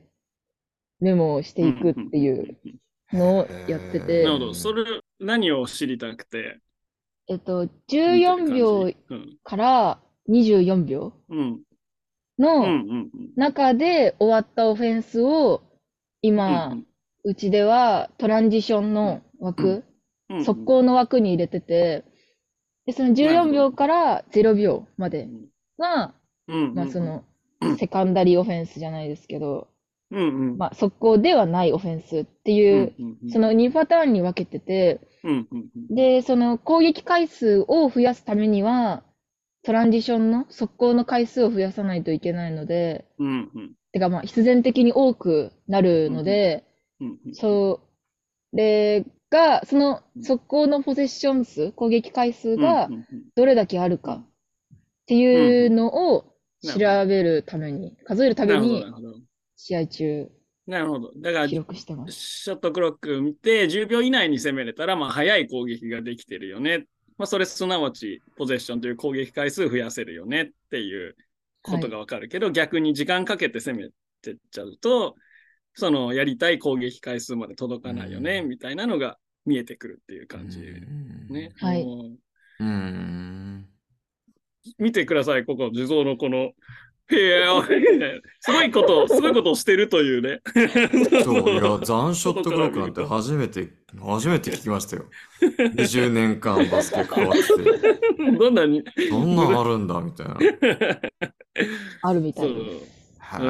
S1: メモをしていくっていうのをやって
S3: へ
S1: て
S2: なる、ほど。それ、何を知りたくて。
S1: えっと、14秒
S2: うん。
S1: から24秒
S2: うん。うん。う
S1: の
S2: ん。
S1: 中で終わったオフェンスを今、うちではトランジションの枠、
S2: うん。
S1: 速攻の枠に入れてて、で、その
S2: なるほ
S1: 14
S2: ど
S1: 秒から0秒ま
S2: う
S1: で
S2: ん。
S1: が、
S2: うん。
S1: まあその、セカンダリーオフェンスじゃないですけど、
S2: うん。うん。
S1: まあ速攻ではないオフェンスっていう、その2パターンに分けてて、
S2: うん。うん。
S1: で、その攻撃回数を増やすためには、トランジションの速攻の回数を増やさないといけないので、
S2: うん。うん。
S1: てかまあ必然的に多くなるので、
S2: うん。
S1: それが、その速攻のポゼッション数、攻撃回数が
S2: うんうんうん
S1: どれだけあるかっていうのを調べるために、数えるため
S2: なるほど、
S1: に
S2: なるほど。
S1: 試合中
S2: なるほど。だから
S1: 記、録してます。
S2: ショットクロック見て、10秒以内に攻めれたら、まあ、早い攻撃ができてるよね。まあ、それ、すなわち、ポゼッションという攻撃回数増やせるよねっていうことがわかるけど、逆に時間かけて攻めてっちゃうと、その、やりたい攻撃回数まで届かないよね、
S3: うん
S2: みたいなのが見えてくるっていう感じ。ね。
S1: はい
S2: もう
S3: うん。
S2: 見てください、ここ、地蔵のこの、へえ、すごい こと、すごいことをしてるというね。
S3: そう、いや、残ショットクロックなんて初めて、初めて聞きましたよ。20年間バスケ関わって
S2: どんなに。
S3: て、どんなんあるんだみたいな。
S1: あるみた
S2: そ
S1: いで
S2: う
S1: す。
S3: へえ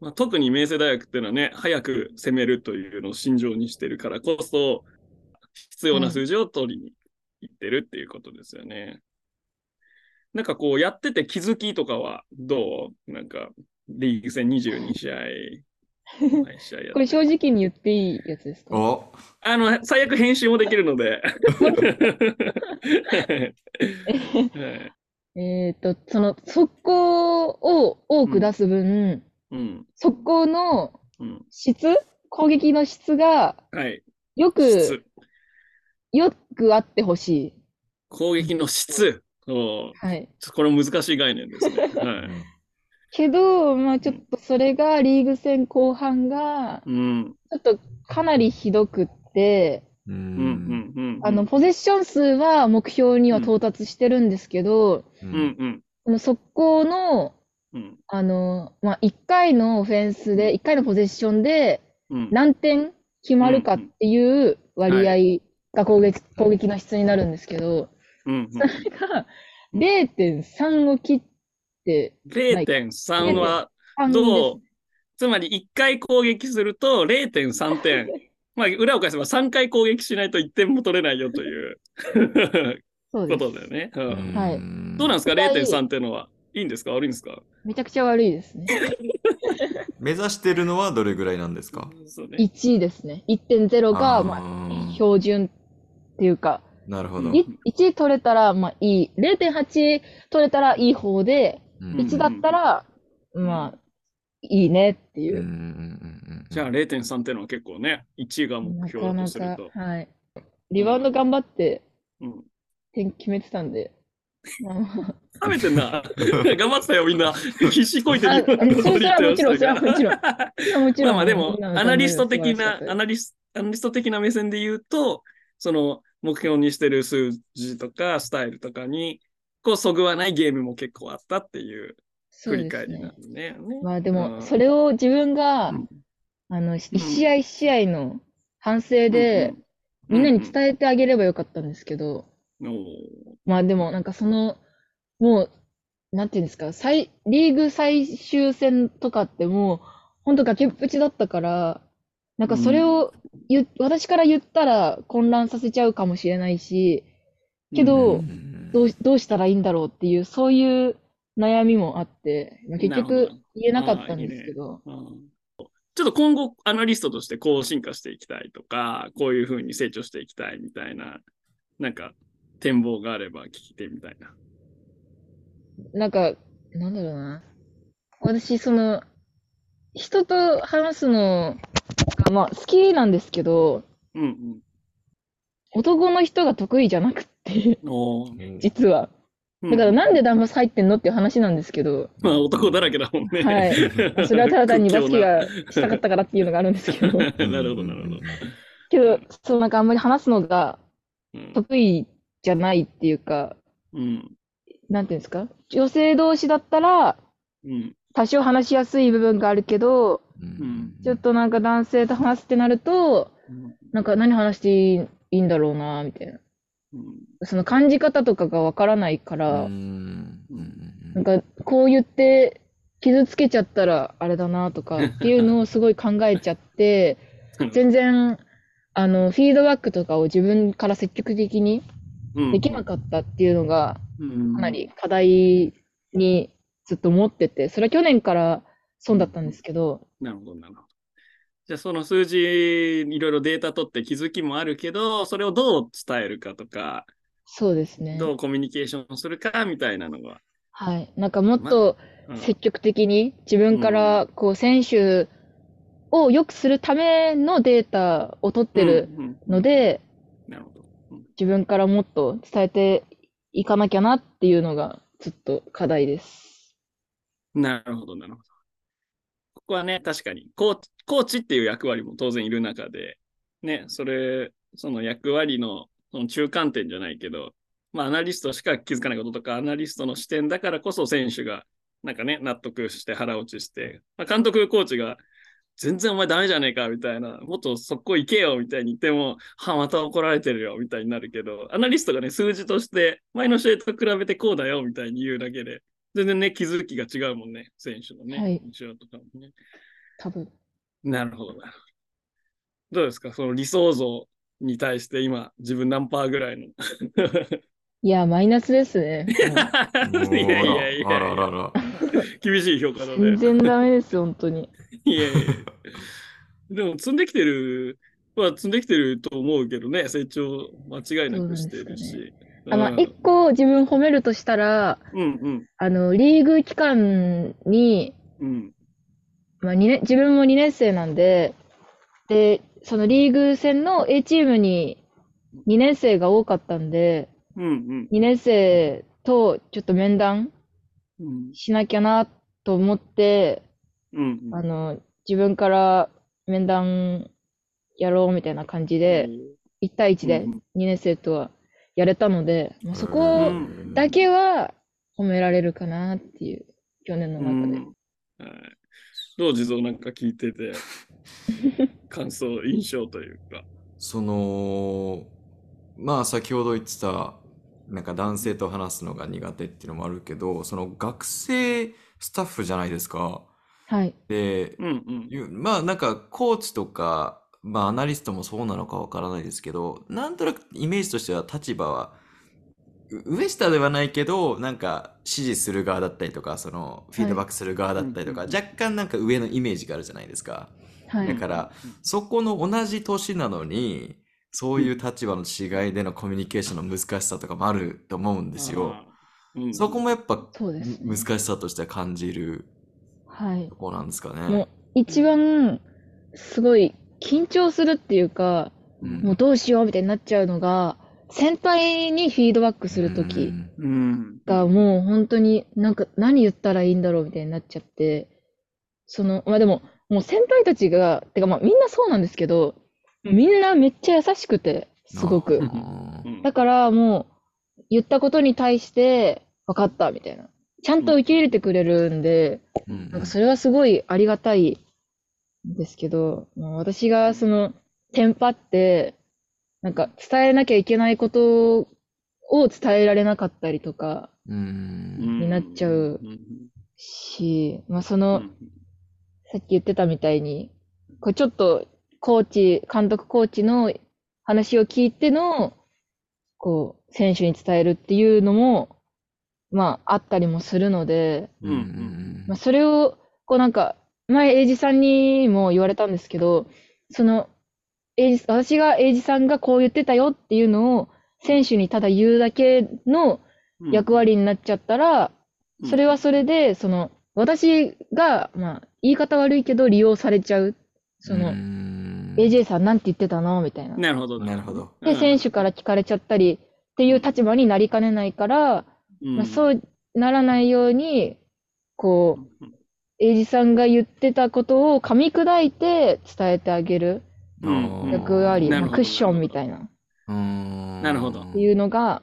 S2: まあ、特に明星大学っていうのはね、早く攻めるというのを心情にしてるからこそ、必要な数字を取りに行ってるっていうことですよね。なんかこう、やってて気づきとかはどうなんか、リーグ戦22試合、 毎試合やっ
S1: これ
S2: て。
S1: 正直に言っていいやつですか
S3: お
S2: あの、最悪編集もできるの で。はい
S1: えっと、その速攻を多く出す分、
S2: うん、
S1: 速攻の
S2: うん。
S1: 質攻撃の質が
S2: はい。
S1: よく、
S2: 質。
S1: よくあってほしい。
S2: 攻撃の質。お
S1: はい。
S2: これ難しい概念です ね。はい。
S1: けど、まあちょっとそれがリーグ戦後半が、
S2: うん。
S1: ちょっとかなりひどくって、
S3: う。
S2: うんん。うん。
S1: あの、、ポゼッション数は目標には到達してるんですけど、
S2: う
S3: う
S2: ん。うん。
S1: この速攻の、
S2: うん。
S1: あの、まあ、1回のオフェンスで、1回のポゼッションで
S2: うん。
S1: 何点決まるかっていう割合が攻撃、攻撃の質になるんですけど、
S2: うん。
S1: それが0.3を切って、
S2: 0.3は
S1: 半
S2: どう
S1: で
S2: つまり1回攻撃すると0.3点。 まあ、裏を返せば3回攻撃しないと1点も取れないよという
S1: す。そう
S2: こ
S1: で
S2: と
S1: す。
S2: だよね。
S3: う
S2: うん
S3: ん
S1: はい
S2: どうなんですか
S1: 一回
S2: ?0.3 っていうのは。いいんですか悪いんですか
S1: めちゃくちゃ悪いですね。
S3: 目指してるのはどれぐらいなんですか
S2: そうね。
S1: 1位ですね。1.0が、まあ、
S3: あー
S1: 標準っていうか、
S3: なるほど。
S2: い
S1: 1取れたら、まあいい。0.8取れたらいい方で、
S3: うん
S2: 一
S1: 1だったら、
S2: ん
S1: まあ、いいねってい
S3: うんうん
S1: う。
S3: うんうん
S2: じゃあ0.3っていうのは結構ね、1位が目
S1: な
S2: 標だ
S1: か
S2: と
S1: な
S2: する
S1: か
S2: と。、
S1: はい。リバウンド頑張って
S2: うん
S1: 点決めてた んで。まあまあ
S2: 食べてんな。 頑張ってたよ、みんな。必死こいて
S1: あ
S2: るようなこと言ってましたから
S1: それはもちろんそれはもちろんいやもちろん、
S2: まあまあでも
S1: みん、なの
S2: アナリスト
S1: 頑張り
S2: 的
S1: は素晴らし
S2: な
S1: かった、です
S2: アナリスアナリスト的な目線で言うと、その、目標にしてる数字とかスタイルとかに、こう、そぐわないゲームも結構あったっていう
S1: そう
S2: 振り
S1: です
S2: 返り
S1: ね
S2: な。んだよね。
S1: まあで
S2: う
S1: も、
S2: ん
S1: それを自分が
S2: うん、
S1: あの、一試合一試合の反省で、
S2: うう、
S1: みんなに
S2: う
S1: 伝えてあげればよかったんですけど、
S2: うんおー
S1: まあでも、なんかその、もう、なんていうんですか、最、リーグ最終戦とかってもう、本当崖っぷちだったから、なんかそれを言、私から言ったら混乱させちゃうかもしれないし、けど
S2: うん
S1: どうし、どうしたらいいんだろうっていう、そういう悩みもあって、まあ、結
S2: なる
S1: 局
S2: ほど
S1: 言えなかったんですけど、
S2: うんちょっと今後、アナリストとしてこう進化していきたいとか、こういうふうに成長していきたいみたいな、なんか展望があれば聞いてみたいな。
S1: なんか、なんだろうな。私、その、人と話すのが、まあ好きなんですけど、
S2: うん
S1: 男の人が得意じゃなくって、
S2: うん。おー
S3: うん
S1: 実
S2: う
S1: は。
S2: ん
S1: だからなんでダンバス入ってんのっていう話なんですけど、
S2: まあ男だらけだもんね。
S1: はいまあそれはただ単にバス ケがしたかったからっていうのがあるんですけど、
S2: なるほど、なるほど。
S1: けど、そうなんかあんまり話すのが
S2: うん
S1: 得意じゃないっていうか、
S2: うん。
S1: なんていうんですか女性同士だったら、
S2: うん。
S1: 多少話しやすい部分があるけど、
S3: うん
S1: ちょっとなんか男性と話すってなると、
S2: うん
S1: なんか何話していいいいんだろうな、みたいな。
S2: うん
S1: その感じ方とかがわからないか
S3: うん
S1: ら、
S3: うん
S1: なんかこう言って傷つけちゃったらあれだなとかっていうのをすごい考えちゃって、全然あのフィードバックとかを自分から積極的に
S2: うん
S1: できなかったっていうのが
S2: うん
S1: かなり課題にずっと思ってて、それは去年から損だったんですけど、
S2: なるほど、なるほど。じゃあ、その数字、いろいろデータ取って気づきもあるけど、それをどう伝えるかとか、
S1: そうですね。
S2: どうコミュニケーションするかみたいなのが。
S1: はい。なんかもっと
S2: うん
S1: 積極的に自分からこう選手を良くするためのデータを取ってる
S2: うんうん
S1: ので、
S2: なるほど。
S1: 自分からもっと伝えていかなきゃなっていうのがずっと課題です。
S2: なるほど、なるほど。ここはね、確かにコーチ、コーチっていう役割も当然いる中で、ね、それ、その役割のその中間点じゃないけど、まあ、アナリストしか気づかないこととか、アナリストの視点だからこそ選手が、なんかね、納得して腹落ちして、まあ、監督、コーチが、全然お前ダメじゃねえかみたいな、もっと速攻行けよみたいに言っても、はあ、また怒られてるよみたいになるけど、アナリストがね、数字として、前の試合と比べてこうだよみたいに言うだけで、全然ね、気づきが違うもんね、選手のね、
S1: はい
S2: 印象とかもね。
S1: 多分。
S2: なるほど、なるほど。どうですか、その理想像に対して今、自分何パーぐらいの。
S1: いや、マイナスですね。
S3: うん
S2: いやいやい
S3: あら
S2: や
S3: あ
S2: い
S3: らあ
S2: や、
S3: ら。
S2: 厳しい評価だ
S1: も
S2: ね
S1: う。全然ダメです、本当に。
S2: いやいやいやでも積んできてる、まあ、積んできてると思うけどね、成長間違いなくしてる
S1: そう
S2: し。
S1: あまあ、
S2: うん
S1: 一個自分褒めるとしたら、
S2: うん
S1: あの、リーグ期間に、
S2: うんうん
S1: まあ、二年、自分も2年生なんで、で、そのリーグ戦の A チームに2年生が多かったんで、
S2: うんうん
S1: 2年生とちょっと面談
S2: うん
S1: しなきゃなと思って、
S2: うんうん
S1: あの、自分から面談やろうみたいな感じで、1対1で
S2: うん
S1: 2年生とはやれたので、まあ、そ
S2: うん
S1: こだけは褒められるかなっていう、去年の
S2: う
S1: 中
S2: ん
S1: で。
S2: はいどう地蔵なんか聞いてて、感想、印象というか。
S3: そのまあ先ほど言ってたなんか男性と話すのが苦手っていうのもあるけどその学生スタッフじゃないですか。
S1: はい。
S3: で
S2: うんうん
S3: いうまあなんかコーチとか、まあ、アナリストもそうなのかわからないですけどなんとなくイメージとしては立場はう上下ではないけどなんか指示する側だったりとかそのフィードバックする側だったりとか、
S2: うんうん
S3: 若干なんか上のイメージがあるじゃないですか。
S1: は
S3: だ
S1: い。
S3: から
S2: うん、
S3: そこの同じ年なのに、そういう立場の違いでのコミュニケーションの難しさとかもあると思うんですよ。
S2: あー。うん
S3: そこもやっぱ、
S1: そうですね
S3: 難しさとしては感じる
S1: はい
S3: と。こなんですか
S1: もう
S3: ね。
S1: 一番すごい緊張するっていうか、
S3: うん
S1: もうどうしようみたいになっちゃうのが、先輩にフィードバックすると
S3: う
S1: き
S3: ん
S2: うん。
S1: がもう本当になんか何言ったらいいんだろうみたいになっちゃって、その、まあでも、もう先輩たちが、てかまあみんなそうなんですけど、みんなめっちゃ優しくて、すごく
S3: う。
S2: うんん
S1: だからもう、言ったことに対して、分かった、みたいな。ちゃんと受け入れてくれるんで、
S3: うん
S1: なんかそれはすごいありがたいんですけど、まあ私がその、テンパって、なんか伝えなきゃいけないことを伝えられなかったりとか
S3: う
S2: うんん
S1: になっちゃうし、まあその、さっき言ってたみたいに、こうちょっとコーチ、監督コーチの話を聞いての、こう、選手に伝えるっていうのも、まあ、あったりもするので、
S3: うんうん
S1: まあ、それを、こうなんか、前、英二さんにも言われたんですけど、その、英二、私が英二さんがこう言ってたよっていうのを、選手にただ言うだけの
S2: うん
S1: 役割になっちゃったら、
S2: うん
S1: それはそれで、その、私が、まあ、言い方悪いけど利用されちゃう。その、
S3: うん
S1: AJ さんなんて言ってたのみたいな。
S2: なるほど。
S3: なるほど。
S1: で、選手から聞かれちゃったりっていう立場になりかねないから、
S2: 手
S1: まあ、そうならないように、こう、英二さんが言ってたことを噛み砕いて伝えてあげる
S2: うん
S3: うん
S1: 役割、
S2: なる
S1: まあ
S2: ほど
S1: クッションみたいな、っ
S3: うん
S2: なるほど
S1: ていうのが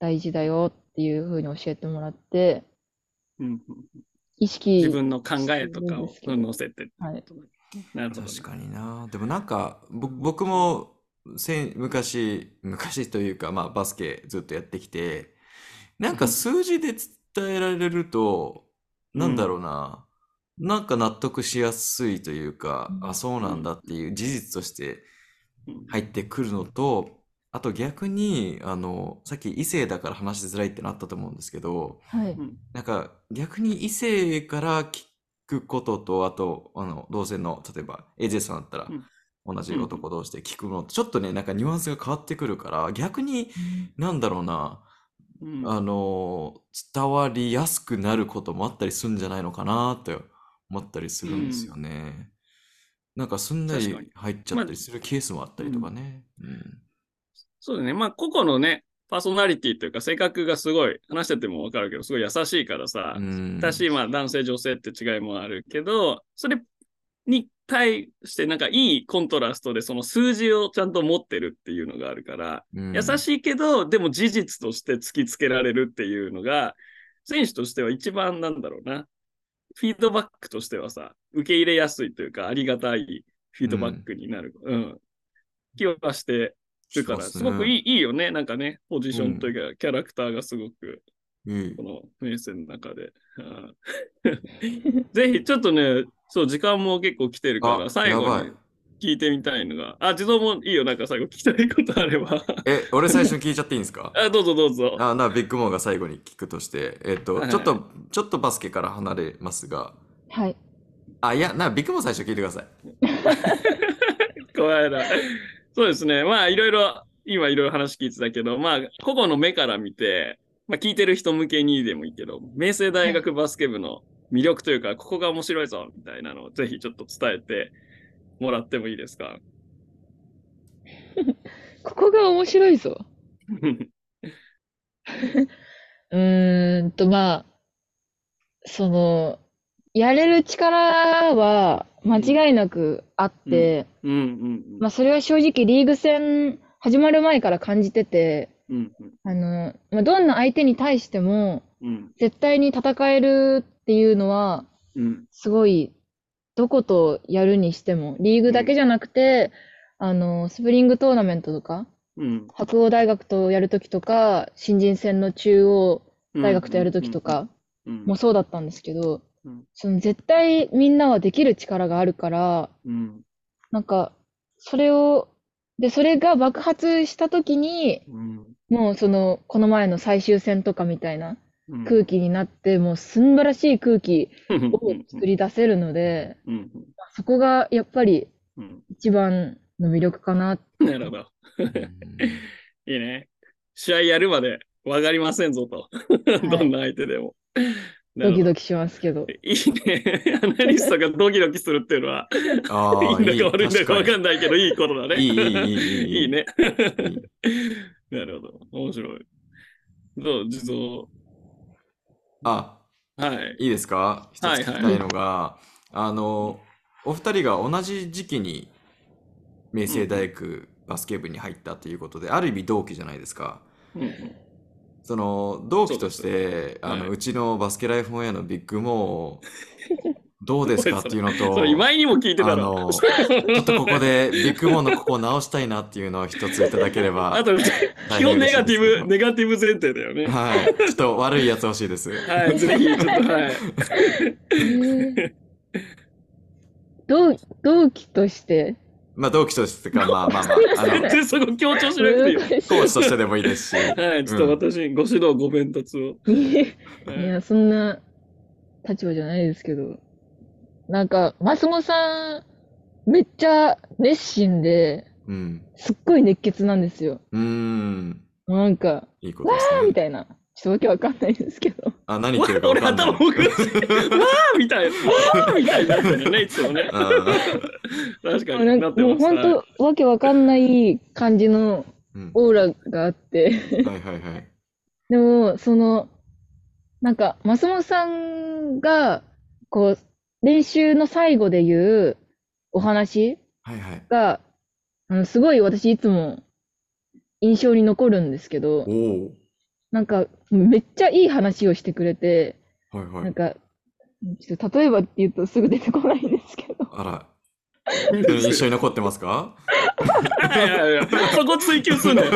S1: 大事だよっていうふうに教えてもらって、
S2: うん
S1: 意識、
S2: 自分の考えとかを
S1: するん
S2: 載
S1: です
S2: せて。
S1: はい。
S2: なるほど。
S3: 確かにな。でもなんか、ぼ僕もせん昔、昔というか、まあバスケずっとやってきて、なんか数字で伝えられると、なんだろうな。なんか納得しやすいというか、
S1: うん
S3: あ、そうなんだっていう事実として
S2: うん
S3: 入ってくるのと、あと逆に、あの、さっき異性だから話しづらいってなったと思うんですけど、
S1: はい。
S3: なんか逆に異性から聞くことと、あと、あの、同性の、例えば AJ さんだったら
S2: うん、
S3: 同じ男同士で聞くのと、ちょっとね、なんかニュアンスが変わってくるから、逆に、なんだろうな、
S2: うん
S3: あの、伝わりやすくなることもあったりするんじゃないのかなって思ったりするんですよね。なんかすんな
S2: 確か
S3: り
S2: に
S3: 入っちゃったりするケースもあったりとかね。うん
S2: そうだね。まあ、個々のね、パーソナリティというか、性格がすごい、話しててもわかるけど、すごい優しいからさ
S3: う、ん
S2: だし、まあ、男性、女性って違いもあるけど、それに対して、なんかいいコントラストで、その数字をちゃんと持ってるっていうのがあるから、
S3: うん
S2: 優しいけど、でも事実として突きつけられるっていうのが、選手としては一番なんだろうな。フィードバックとしてはさ、受け入れやすいというか、ありがたいフィードバックになる。うん。気はしてるから、
S3: そうっす
S2: す
S3: ね
S2: ごくいいいいよね。なんかね、ポジションというか、キャラクターがすごく、
S3: うん
S2: この名線の中で。うん ぜひ、ちょっとね、そう、時間も結構来てるか
S3: あ
S2: ら、、最
S3: や
S2: 後
S3: ばい
S2: に。聞いてみたいのが、あ、自動もいいよ。なんか最後聞きたいことあれば。
S3: え、俺最初に聞いちゃっていいんですか
S2: あ、どうぞどうぞ。
S3: あなビッグモーが最後に聞くとして、えっと、
S2: はい
S3: ちょっと、ちょっとバスケから離れますが、
S1: はい。
S3: あ、いや、な、ビッグモー最初聞いてく ださい。
S2: 怖いな。そうですね。まあ、いろいろ、今いろいろ話聞いてたけど、まあ、個々の目から見て、まあ、聞いてる人向けにでもいいけど、明星大学バスケ部の魅力というか、ここが面白いぞ、みたいなのをぜひちょっと伝えてもらってもいいですか
S1: ここが面白いぞ。うーんと、まあ、その、やれる力は間違いなくあって、
S2: うんうんうん。
S1: まあ、それは正直リーグ戦始まる前から感じてて、
S2: うんうん
S1: あの、まあ、どんな相手に対しても、
S2: うん
S1: 絶対に戦えるっていうのは、
S2: うん
S1: すごい、どことやるにしても、リーグだけじゃなくて、あの、スプリングトーナメントとか、
S2: うん
S1: 白鴎大学とやるときとか、新人戦の中央
S2: うん
S1: 大学とやるときとか
S2: うん
S1: もそうだったんですけど
S2: うん、
S1: その絶対みんなはできる力があるから、
S2: うん
S1: なんか、それを、で、それが爆発したときに、
S2: うん
S1: もうその、この前の最終戦とかみたいな
S2: うん
S1: 空気になって、もうすんばらしい空気
S2: うん
S1: を作り出せるので、
S2: うん
S1: そこがやっぱり
S2: うん
S1: 一番の魅力かな。
S2: うん なるほど。いいね。試合やるまで分かりませんぞと。
S1: い
S2: どんな相手でも。
S1: ド
S2: な
S1: キ
S2: る
S1: ドキしますけど
S2: ほ。どいいね。アナリストがドキドキするっていうのは、
S3: あ
S2: いいん
S3: あ、
S2: だ
S3: いい、
S2: か悪いんだ
S3: 確
S2: か
S3: か
S2: 分
S3: に
S2: かんないけど、いいことだね。
S3: いい、いい、いい、いい。
S2: いいね。
S3: いい
S2: なるほど。面白い。どう、地蔵。
S3: あ、
S2: はい。
S3: いいですか一つ
S2: はい
S3: 聞きたいのが、あの、お二人が同じ時期に、明星大学バスケ部に入ったということで、ある意味同期じゃないですか。
S2: うんうん
S3: その同期とし
S2: そう
S3: て、あ
S2: は
S3: の
S2: いう
S3: ちのバスケライフオンエアのビッグモー、どうですかっていうのと、
S2: それ今井にも聞いてた
S3: あ
S2: ろ。
S3: の、ちょっとここでビッグモーのここを直したいなっていうのを一ついただければ
S2: あ、と、基本ネガティブ、
S3: ね。
S2: ネガティブ前提だよね。
S3: はい。ちょっと悪いやつ欲しいです。
S2: はい、ぜひ、ちょっと、はい。
S1: えー同同期として
S3: まあ同期としてか、ま あまあまあ、あの、
S2: 全然そこ強調しなくていいよ
S1: 難し
S3: コーチとしてでもいいですし。
S2: はい、ちょっと私、ご指導、ご鞭達を。
S1: い。
S2: はい
S1: いや、そんな立場じゃないですけど、なんか、マスモさん、めっちゃ熱心で、
S3: うん。
S1: すっごい熱血なんですよ。
S3: うーん。
S1: なんか、
S3: いいことです
S1: み
S3: ね。
S1: たいな。ちょっとわけわかんないですけど。
S3: あ、何言ってるか分
S2: 俺
S3: かんない
S2: 頭。おかしい。わーみたいな。わーみたいになってるよね、いつもね。確か
S1: な
S2: にな
S1: んか
S2: って
S1: も
S2: ま
S1: う
S2: す。
S1: 本
S2: はい
S1: 当、わけわかんない感じの
S3: うん
S1: オーラがあって。
S3: はいはいはい。
S1: でも、その、なんか、マスモさんが、こう、練習の最後で言うお話
S3: はいはい。
S1: が、あの、すごい私いつも印象に残るんですけど
S3: お、お
S1: なんか、めっちゃいい話をしてくれて、
S3: ー。はいは
S1: なん
S3: い。
S1: か、ちょっと例えばって言うとすぐ出てこないんです けど、
S3: あら。印象に残ってますか
S2: いやいやそこ追求すんのよ。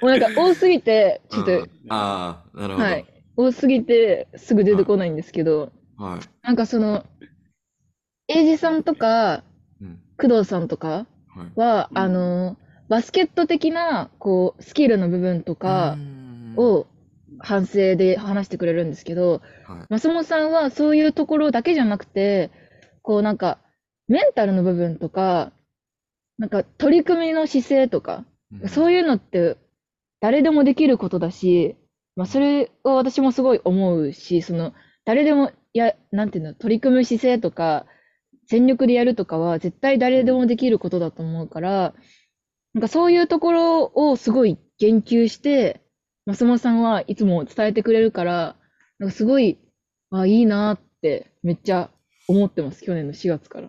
S1: もうなんか多すぎて、ちょっ
S3: う
S1: と
S3: ん、ああ、なるほど。
S1: はい、多すぎてすぐ出てこないんですけど、
S3: はい。
S1: なんかその、エイジさんとか、
S3: うん。
S1: 工藤さんとか
S3: はい。
S1: は、
S2: うん
S1: あの、バスケット的な、こう、スキルの部分とか
S3: うーん、
S1: を反省で話してくれるんですけど、
S3: はい。
S1: 松本さんはそういうところだけじゃなくて、こうなんか、メンタルの部分とか、なんか取り組みの姿勢とか、
S3: うん
S1: そういうのって誰でもできることだし、まあそれは私もすごい思うし、その、誰でも、いや、なんていうの、取り組む姿勢とか、全力でやるとかは絶対誰でもできることだと思うから、なんかそういうところをすごい言及して、松本さんはいつも伝えてくれるから、なんかすごい、あ、いいなってめっちゃ思ってます、去年の4月から。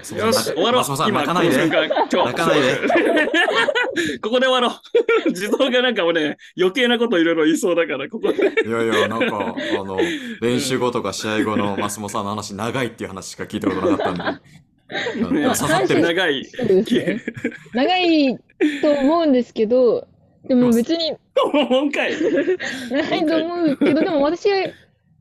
S3: そう
S2: よし、終わろ
S3: 松本さ
S2: う。
S3: ん、
S2: 今、こ
S3: 泣かな
S2: の
S3: い
S2: 瞬
S3: で。
S2: 間、今
S3: 泣かないで。
S2: 日。 ここで終わろう。 自動がなんか俺、余計なこといろいろ言いそうだから、ここで。
S3: いやいや、なんか、あの、練習後とか試合後の松本さんの話、長いっていう話しか聞いたことなかったんで。うん刺さってる。
S2: 長い。
S1: そうですね。長いと思うんですけど、でも別に
S2: 本回。
S1: 長いと思うけど、でも私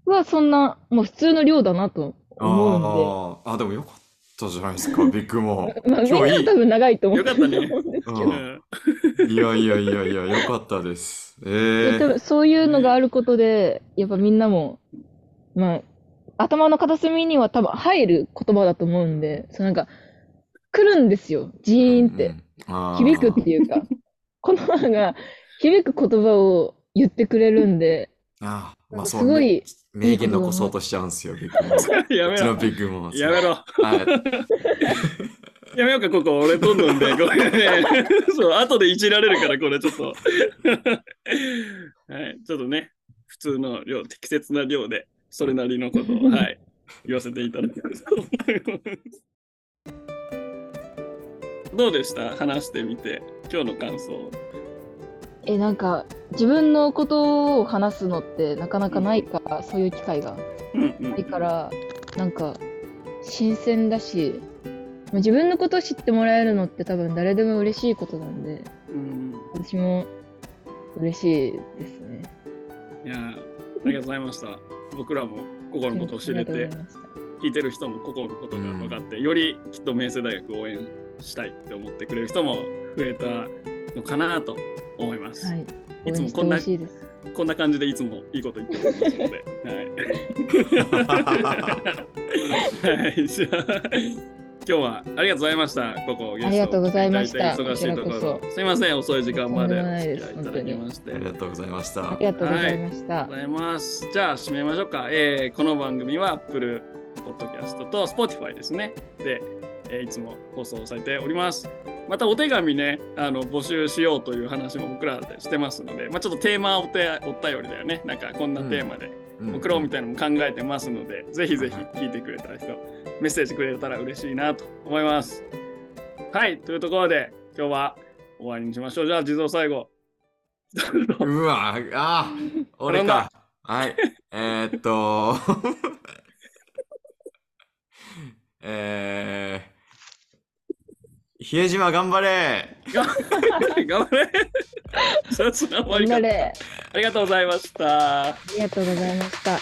S1: はそんな、もう普通の量だなと思
S3: あーあ、でもよかったじゃないですか、ビッグモ
S1: うんで、まあ、
S3: ー。
S1: みん
S3: 今日い
S1: な多分長いと思っ
S2: よ
S1: てる
S2: か
S1: と思うんですけ
S3: う
S1: ど
S3: んい。いやいやいやいや、よかったです。え
S1: で多
S3: ー
S1: 分そういうのがあることで、やっぱみんなも、まあ、頭の片隅には多分入る言葉だと思うんで、そのなんか、来るんですよ、ジーンっ
S3: う
S1: て。
S3: んあー
S1: 響くっていうか、こののが響く言葉を言ってくれるんで、
S3: あーまあ、
S1: す
S3: そう
S1: ごい
S3: ね名言残そうとしちゃうんですよ、ビッグモー。
S2: や
S3: う
S2: め
S3: ちの
S2: ろ。
S3: ビッグモー。
S2: やめろ。
S3: はい。
S2: やめようか、ここ。俺、どんどんで。ごめんね。そう、後でいじられるから、これ、ちょっと。 はい、ちょっとね、普通の量、適切な量で、それなりのことを、はい、言わせていただきたいと思います。 どうでした話してみて、今日の感想。
S1: えなんか自分のことを話すのってなかなかないから、そういう機会が
S2: うんうん
S1: ないからなんか新鮮だしまあ自分のことを知ってもらえるのって多分誰でも嬉しいことなんで
S2: うん
S1: 私も嬉しいですね。
S2: いやーありがとうございました。僕らもここのことを知れ
S1: あり
S2: て
S1: がとうござい、ました
S2: 聞いてる人もここのことが分かって、よりきっと明星大学を応援したいって思ってくれる人も増えたのかなと思います。
S1: はい、
S2: い
S1: 応
S2: つ
S1: 援
S2: も
S1: し
S2: こ
S1: て
S2: んな
S1: ほしいです。
S2: こんな感じでいつもいいこと言っておりますので。はい、はい、じゃあ今日はありがとうございました。ここゲスト
S1: ありがとうございました
S2: 大体忙しいとこ
S1: こちらこ
S2: ろ。すいません、遅い時間までお付き合いいただきまして
S3: あ。りがとうございました
S1: あ。りがとうございました。
S2: ありがとうございます。じゃあ締めましょうか。えーこの番組は Apple Podcast と Spotify ですね。で、えーいつも放送されております。またお手紙ね、あの募集しようという話も僕らでしてますので、まあ、ちょっとテーマお手お便りだよね。なんかこんなテーマで
S3: うん
S2: 送ろうみたいなのも考えてますので、ぜひぜひ聞いてくれた人、メッセージくれたら嬉しいなと思います。はい、というところで、今日は終わりにしましょう。じゃあ、地蔵最後。
S3: うわ、あー、俺か。はい。えーっと、 えー、比江島頑張れ
S2: 頑張れ。 そつな終わり
S1: 頑張
S2: 方
S1: れ。
S2: ありがとうございました。
S1: ありがとうございました。